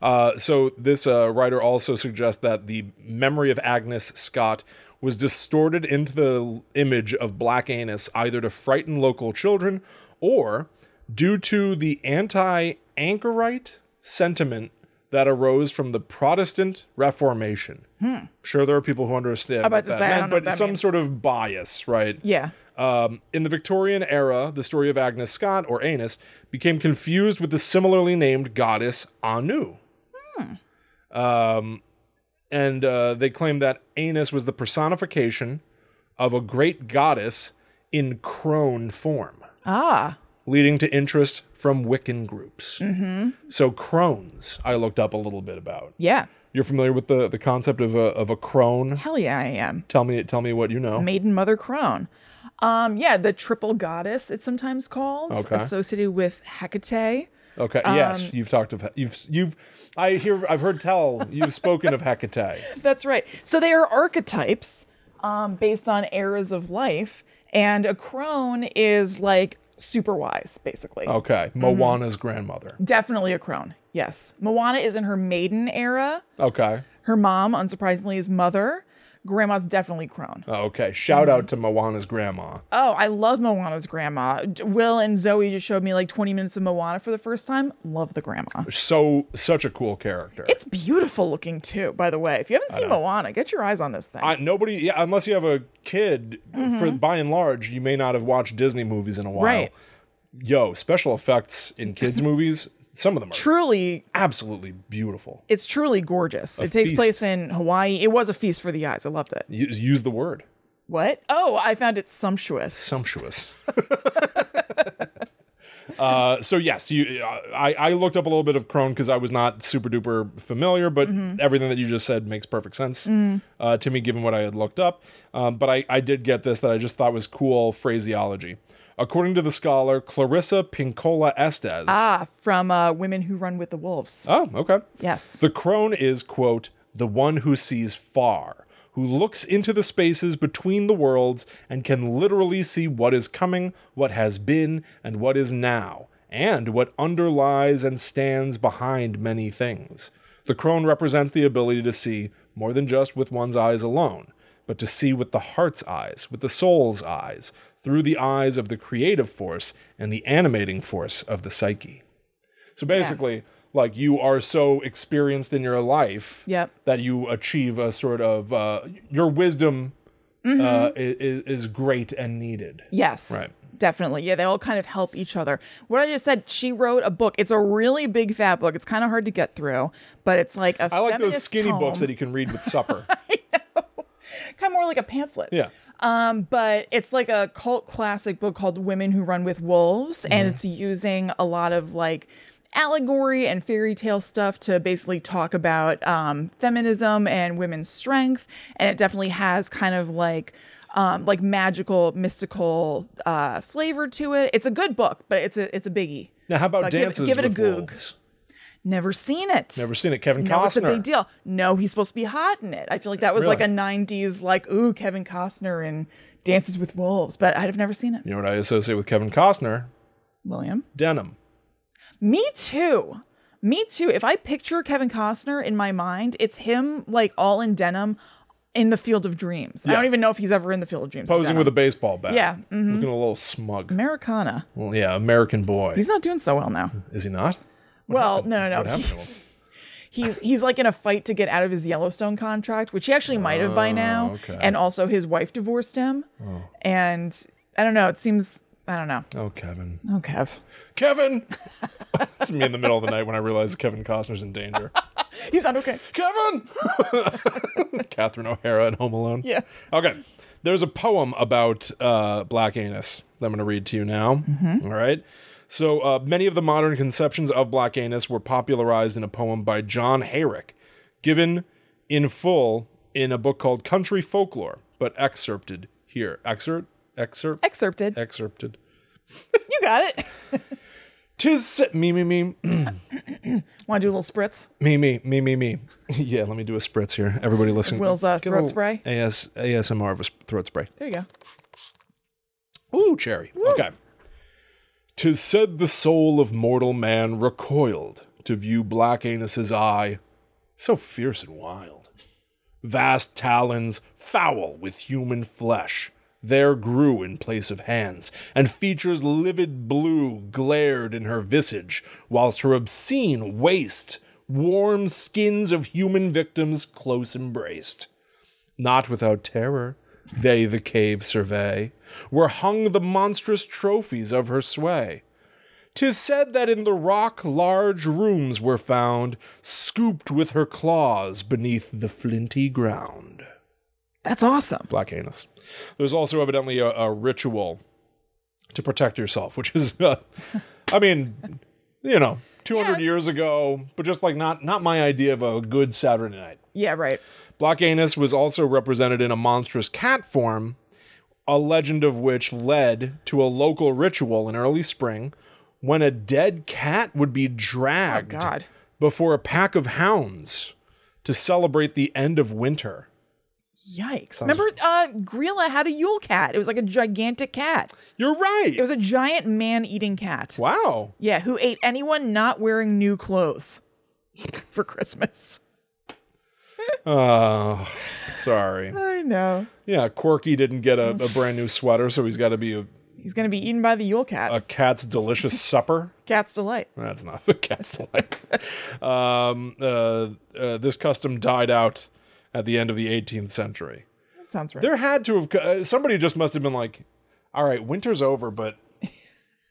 A: Uh, so this uh, writer also suggests that the memory of Agnes Scott was distorted into the l- image of Black Anus either to frighten local children or due to the anti-anchorite sentiment that arose from the Protestant Reformation. Sure, there are people who understand
B: Hmm. about
A: what
B: to
A: that
B: say, I
A: meant,
B: don't know
A: but
B: what that
A: some
B: means.
A: sort of bias, right?
B: Yeah.
A: Um, in the Victorian era, the story of Agnes Scott, or Anus, became confused with the similarly named goddess Anu. Um, and uh, they claimed that Anus was the personification of a great goddess in crone form,
B: Ah.
A: leading to interest from Wiccan groups. So, crones, I looked up a little bit about.
B: Yeah.
A: You're familiar with the, the concept of a, of a crone?
B: Hell yeah, I am.
A: Tell me, tell me what you know.
B: Maiden Mother Crone. Um, yeah, the triple goddess, it's sometimes called,
A: Okay.
B: associated with Hecate.
A: Okay. yes, you've talked of you've you've I hear I've heard tell you've spoken of Hecate.
B: That's right. So they are archetypes um, based on eras of life, and a crone is like super wise, basically.
A: Okay, Moana's grandmother.
B: Definitely a crone. Yes. Moana is in her maiden era.
A: Okay.
B: Her mom, unsurprisingly, is mother. Grandma's definitely crone.
A: Okay. Shout out to Moana's grandma.
B: Oh, I love Moana's grandma. D- Will and Zoe just showed me like 20 minutes of Moana for the first time. Love the grandma.
A: So such a cool character.
B: It's beautiful looking too, by the way. If you haven't seen Moana, get your eyes on this thing.
A: I, nobody, yeah, unless you have a kid, for by and large, you may not have watched Disney movies in a while.
B: Right.
A: Yo, special effects in kids movies, some of them are
B: truly,
A: absolutely beautiful.
B: it's truly gorgeous. it takes
A: feast.
B: place in Hawaii. It was a feast for the eyes. I loved it.
A: Use, use the word
B: What? Oh, I found it sumptuous.
A: sumptuous. uh, so yes, you. I, I looked up a little bit of Crone because I was not super duper familiar, but everything that you just said makes perfect sense uh, to me, given what I had looked up. Um, but I, I did get this that I just thought was cool phraseology. According to the scholar Clarissa Pincola Estes.
B: ah, from uh, Women Who Run with the Wolves.
A: Oh, okay.
B: yes.
A: The crone is, quote, the one who sees far, who looks into the spaces between the worlds and can literally see what is coming, what has been, and what is now, and what underlies and stands behind many things. The crone represents the ability to see more than just with one's eyes alone, but to see with the heart's eyes, with the soul's eyes, through the eyes of the creative force and the animating force of the psyche. So basically, like you are so experienced in your life
B: Yep.
A: that you achieve a sort of uh, your wisdom
B: Mm-hmm.
A: uh, is, is great and needed.
B: Yes.
A: Right.
B: Definitely. Yeah, they all kind of help each other. What I just said, she wrote a book. It's a really big fat book. It's kind of hard to get through, but it's like a
A: I like those
B: feminist
A: skinny books
B: tome.
A: that you can read with supper.
B: kind of more like a pamphlet.
A: yeah.
B: Um, but it's like a cult classic book called Women Who Run with Wolves,
A: Mm-hmm.
B: and it's using a lot of like allegory and fairy tale stuff to basically talk about um, feminism and women's strength. And it definitely has kind of like um, like magical, mystical uh, flavor to it. It's a good book, but it's a it's a biggie.
A: Now, how about
B: But give it-
A: dances?
B: give it a
A: with
B: goog.
A: Wolves?
B: Never seen it.
A: Never seen it. Kevin
B: No, it's a
A: Costner.
B: big deal. No, he's supposed to be hot in it. I feel like that was like a
A: Really?
B: '90s, like ooh, Kevin Costner in Dances with Wolves, but I'd have never seen it.
A: You know what I associate with Kevin Costner?
B: William,
A: Denim.
B: me too. Me too. If I picture Kevin Costner in my mind, it's him like all in denim in the Field of Dreams. I don't even know if he's ever in the Field of Dreams.
A: Posing
B: denim.
A: with a baseball bat.
B: Yeah, mm-hmm.
A: Looking a little smug.
B: Americana.
A: Well, yeah, American boy.
B: He's not doing so well now.
A: Is he not?
B: well, no, no,
A: What
B: no.
A: happened to him?
B: he's he's like in a fight to get out of his Yellowstone contract, which he actually might have by now.
A: Oh, okay.
B: And also his wife divorced him. And I don't know, it seems I don't know.
A: Oh, Kevin.
B: Oh Kev.
A: Kevin! it's me in the middle of the night when I realize Kevin Costner's in danger.
B: He's not okay.
A: Kevin! Catherine O'Hara in Home Alone.
B: Yeah.
A: Okay. There's a poem about uh, black anus that I'm going to read to you now. All right. So uh, many of the modern conceptions of black anus were popularized in a poem by John Hayrick, given in full in a book called Country Folklore, but excerpted here. Excerpt? Excerpt?
B: Excerpted.
A: Excerpted.
B: You got it.
A: Tis se- me me me
B: Wanna do a little spritz?
A: me me me me me. yeah, let me do a spritz here. Everybody listen.
B: Will's, uh,
A: Get a
B: throat
A: little
B: spray.
A: AS ASMR of a sp- throat spray.
B: There you go.
A: Ooh, cherry. Okay. Tis said the soul of mortal man recoiled to view black anus's eye, so fierce and wild. Vast talons, foul with human flesh, there grew in place of hands, and features livid blue glared in her visage, whilst her obscene waist warm skins of human victims close embraced not without terror, they the cave survey, where hung the monstrous trophies of her sway. 'Tis said that in the rock large rooms were found, scooped with her claws beneath the flinty ground.
B: That's awesome.
A: Black anus. There's also evidently a, a ritual to protect yourself, which is, uh, I mean, you know, 200
B: Yeah.
A: years ago, but just like not not my idea of a good Saturday night.
B: Yeah, right.
A: Black Anus was also represented in a monstrous cat form, a legend of which led to a local ritual in early spring when a dead cat would be dragged
B: Oh, God.
A: before a pack of hounds to celebrate the end of winter.
B: Yikes. Remember uh Grilla had a Yule cat. It was like a gigantic cat.
A: You're right.
B: It was a giant man eating cat.
A: wow.
B: Yeah, who ate anyone not wearing new clothes for Christmas.
A: Oh, sorry.
B: I know.
A: Yeah, Quirky didn't get a, a brand new sweater, so he's got to be a,
B: He's gonna be eaten by the Yule cat.
A: a cat's delicious supper.
B: Cat's delight.
A: That's not a cat's delight. um, uh, uh, this custom died out at the end of the 18th century.
B: That sounds right.
A: There had to have uh, somebody just must have been like, "All right, winter's over, but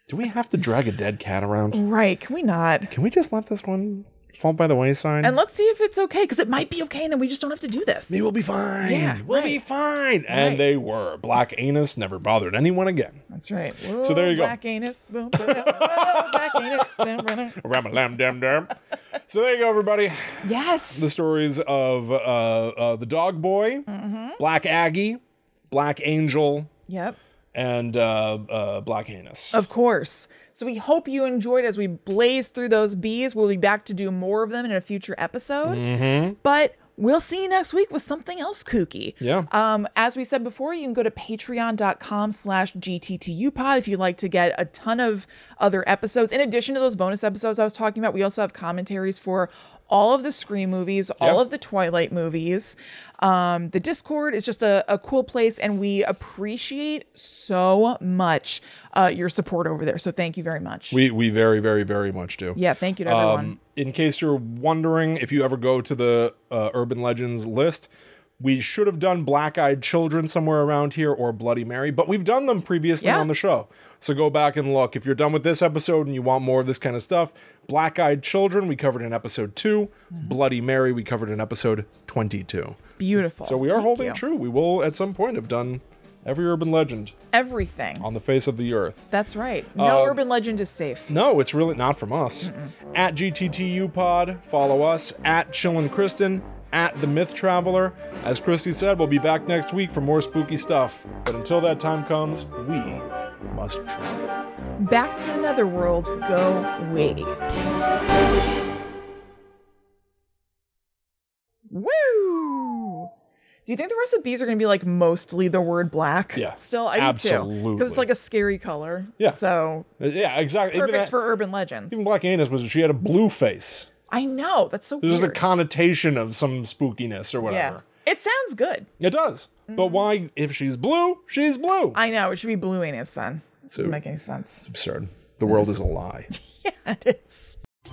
A: do we have to drag a dead cat around?
B: right? Can we not?
A: Can we just let this one fall by the wayside?
B: And let's see if it's okay, because it might be okay, and then we just don't have to do this.
A: we will be fine.
B: Yeah,
A: we'll be fine." And
B: Right.
A: they were. Black anus never bothered anyone again.
B: That's right.
A: So there you go.
B: Black anus. boom, boom, boom, black anus. dum, dum, dum.
A: Ram a lam dam dam. So there you go, everybody.
B: Yes.
A: the stories of uh, uh, the dog boy,
B: Mm-hmm.
A: Black Aggie, Black Angel,
B: yep.
A: and uh, uh, Black Anus.
B: Of course. So we hope you enjoyed as we blaze through those bees. We'll be back to do more of them in a future episode.
A: Mm-hmm.
B: But we'll see you next week with something else kooky.
A: Yeah.
B: Um, as we said before, you can go to patreon.com slash gttupod if you'd like to get a ton of other episodes. In addition to those bonus episodes I was talking about, we also have commentaries for all of the Scream movies, all
A: Yeah.
B: of the Twilight movies. Um, the Discord is just a, a cool place, and we appreciate so much uh, your support over there. So thank you very much.
A: we we very very very much do.
B: yeah, thank you to everyone.
A: Um, in case you're wondering, if you ever go to the uh, urban legends list, we should have done Black Eyed Children somewhere around here or Bloody Mary, but we've done them previously
B: Yeah.
A: on the show. So go back and look. If you're done with this episode and you want more of this kind of stuff, Black Eyed Children we covered in episode 2
B: Mm-hmm.
A: Bloody Mary we covered in episode twenty-two.
B: Beautiful.
A: So we are
B: Thank
A: holding
B: you.
A: true. We will at some point have done every urban legend
B: Everything.
A: on the face of the earth.
B: That's right. No
A: Um,
B: urban legend is safe.
A: No, it's really not from us. At GTTU Pod, follow us at Chillin' Kristen, at The Myth Traveler. As Christy said, we'll be back next week for more spooky stuff. But until that time comes, we must travel.
B: Back to the netherworld, go we. Woo! Do you think the rest of bees are going to be like mostly the word black?
A: Yeah,
B: Still, I do too. Because
A: absolutely.
B: it's like a scary color.
A: Yeah.
B: So
A: Uh, Yeah, exactly.
B: perfect
A: even that,
B: for urban legends.
A: even Black Anus was she had a blue face.
B: I know. That's so
A: There's
B: weird.
A: just a connotation of some spookiness or
B: yeah.
A: whatever.
B: It sounds good.
A: It does. But why, if she's blue, she's blue?
B: I know. It should be blue anus then.
A: So-
B: Doesn't make any sense.
A: Absurd. The world is a lie.
B: Yeah, it is.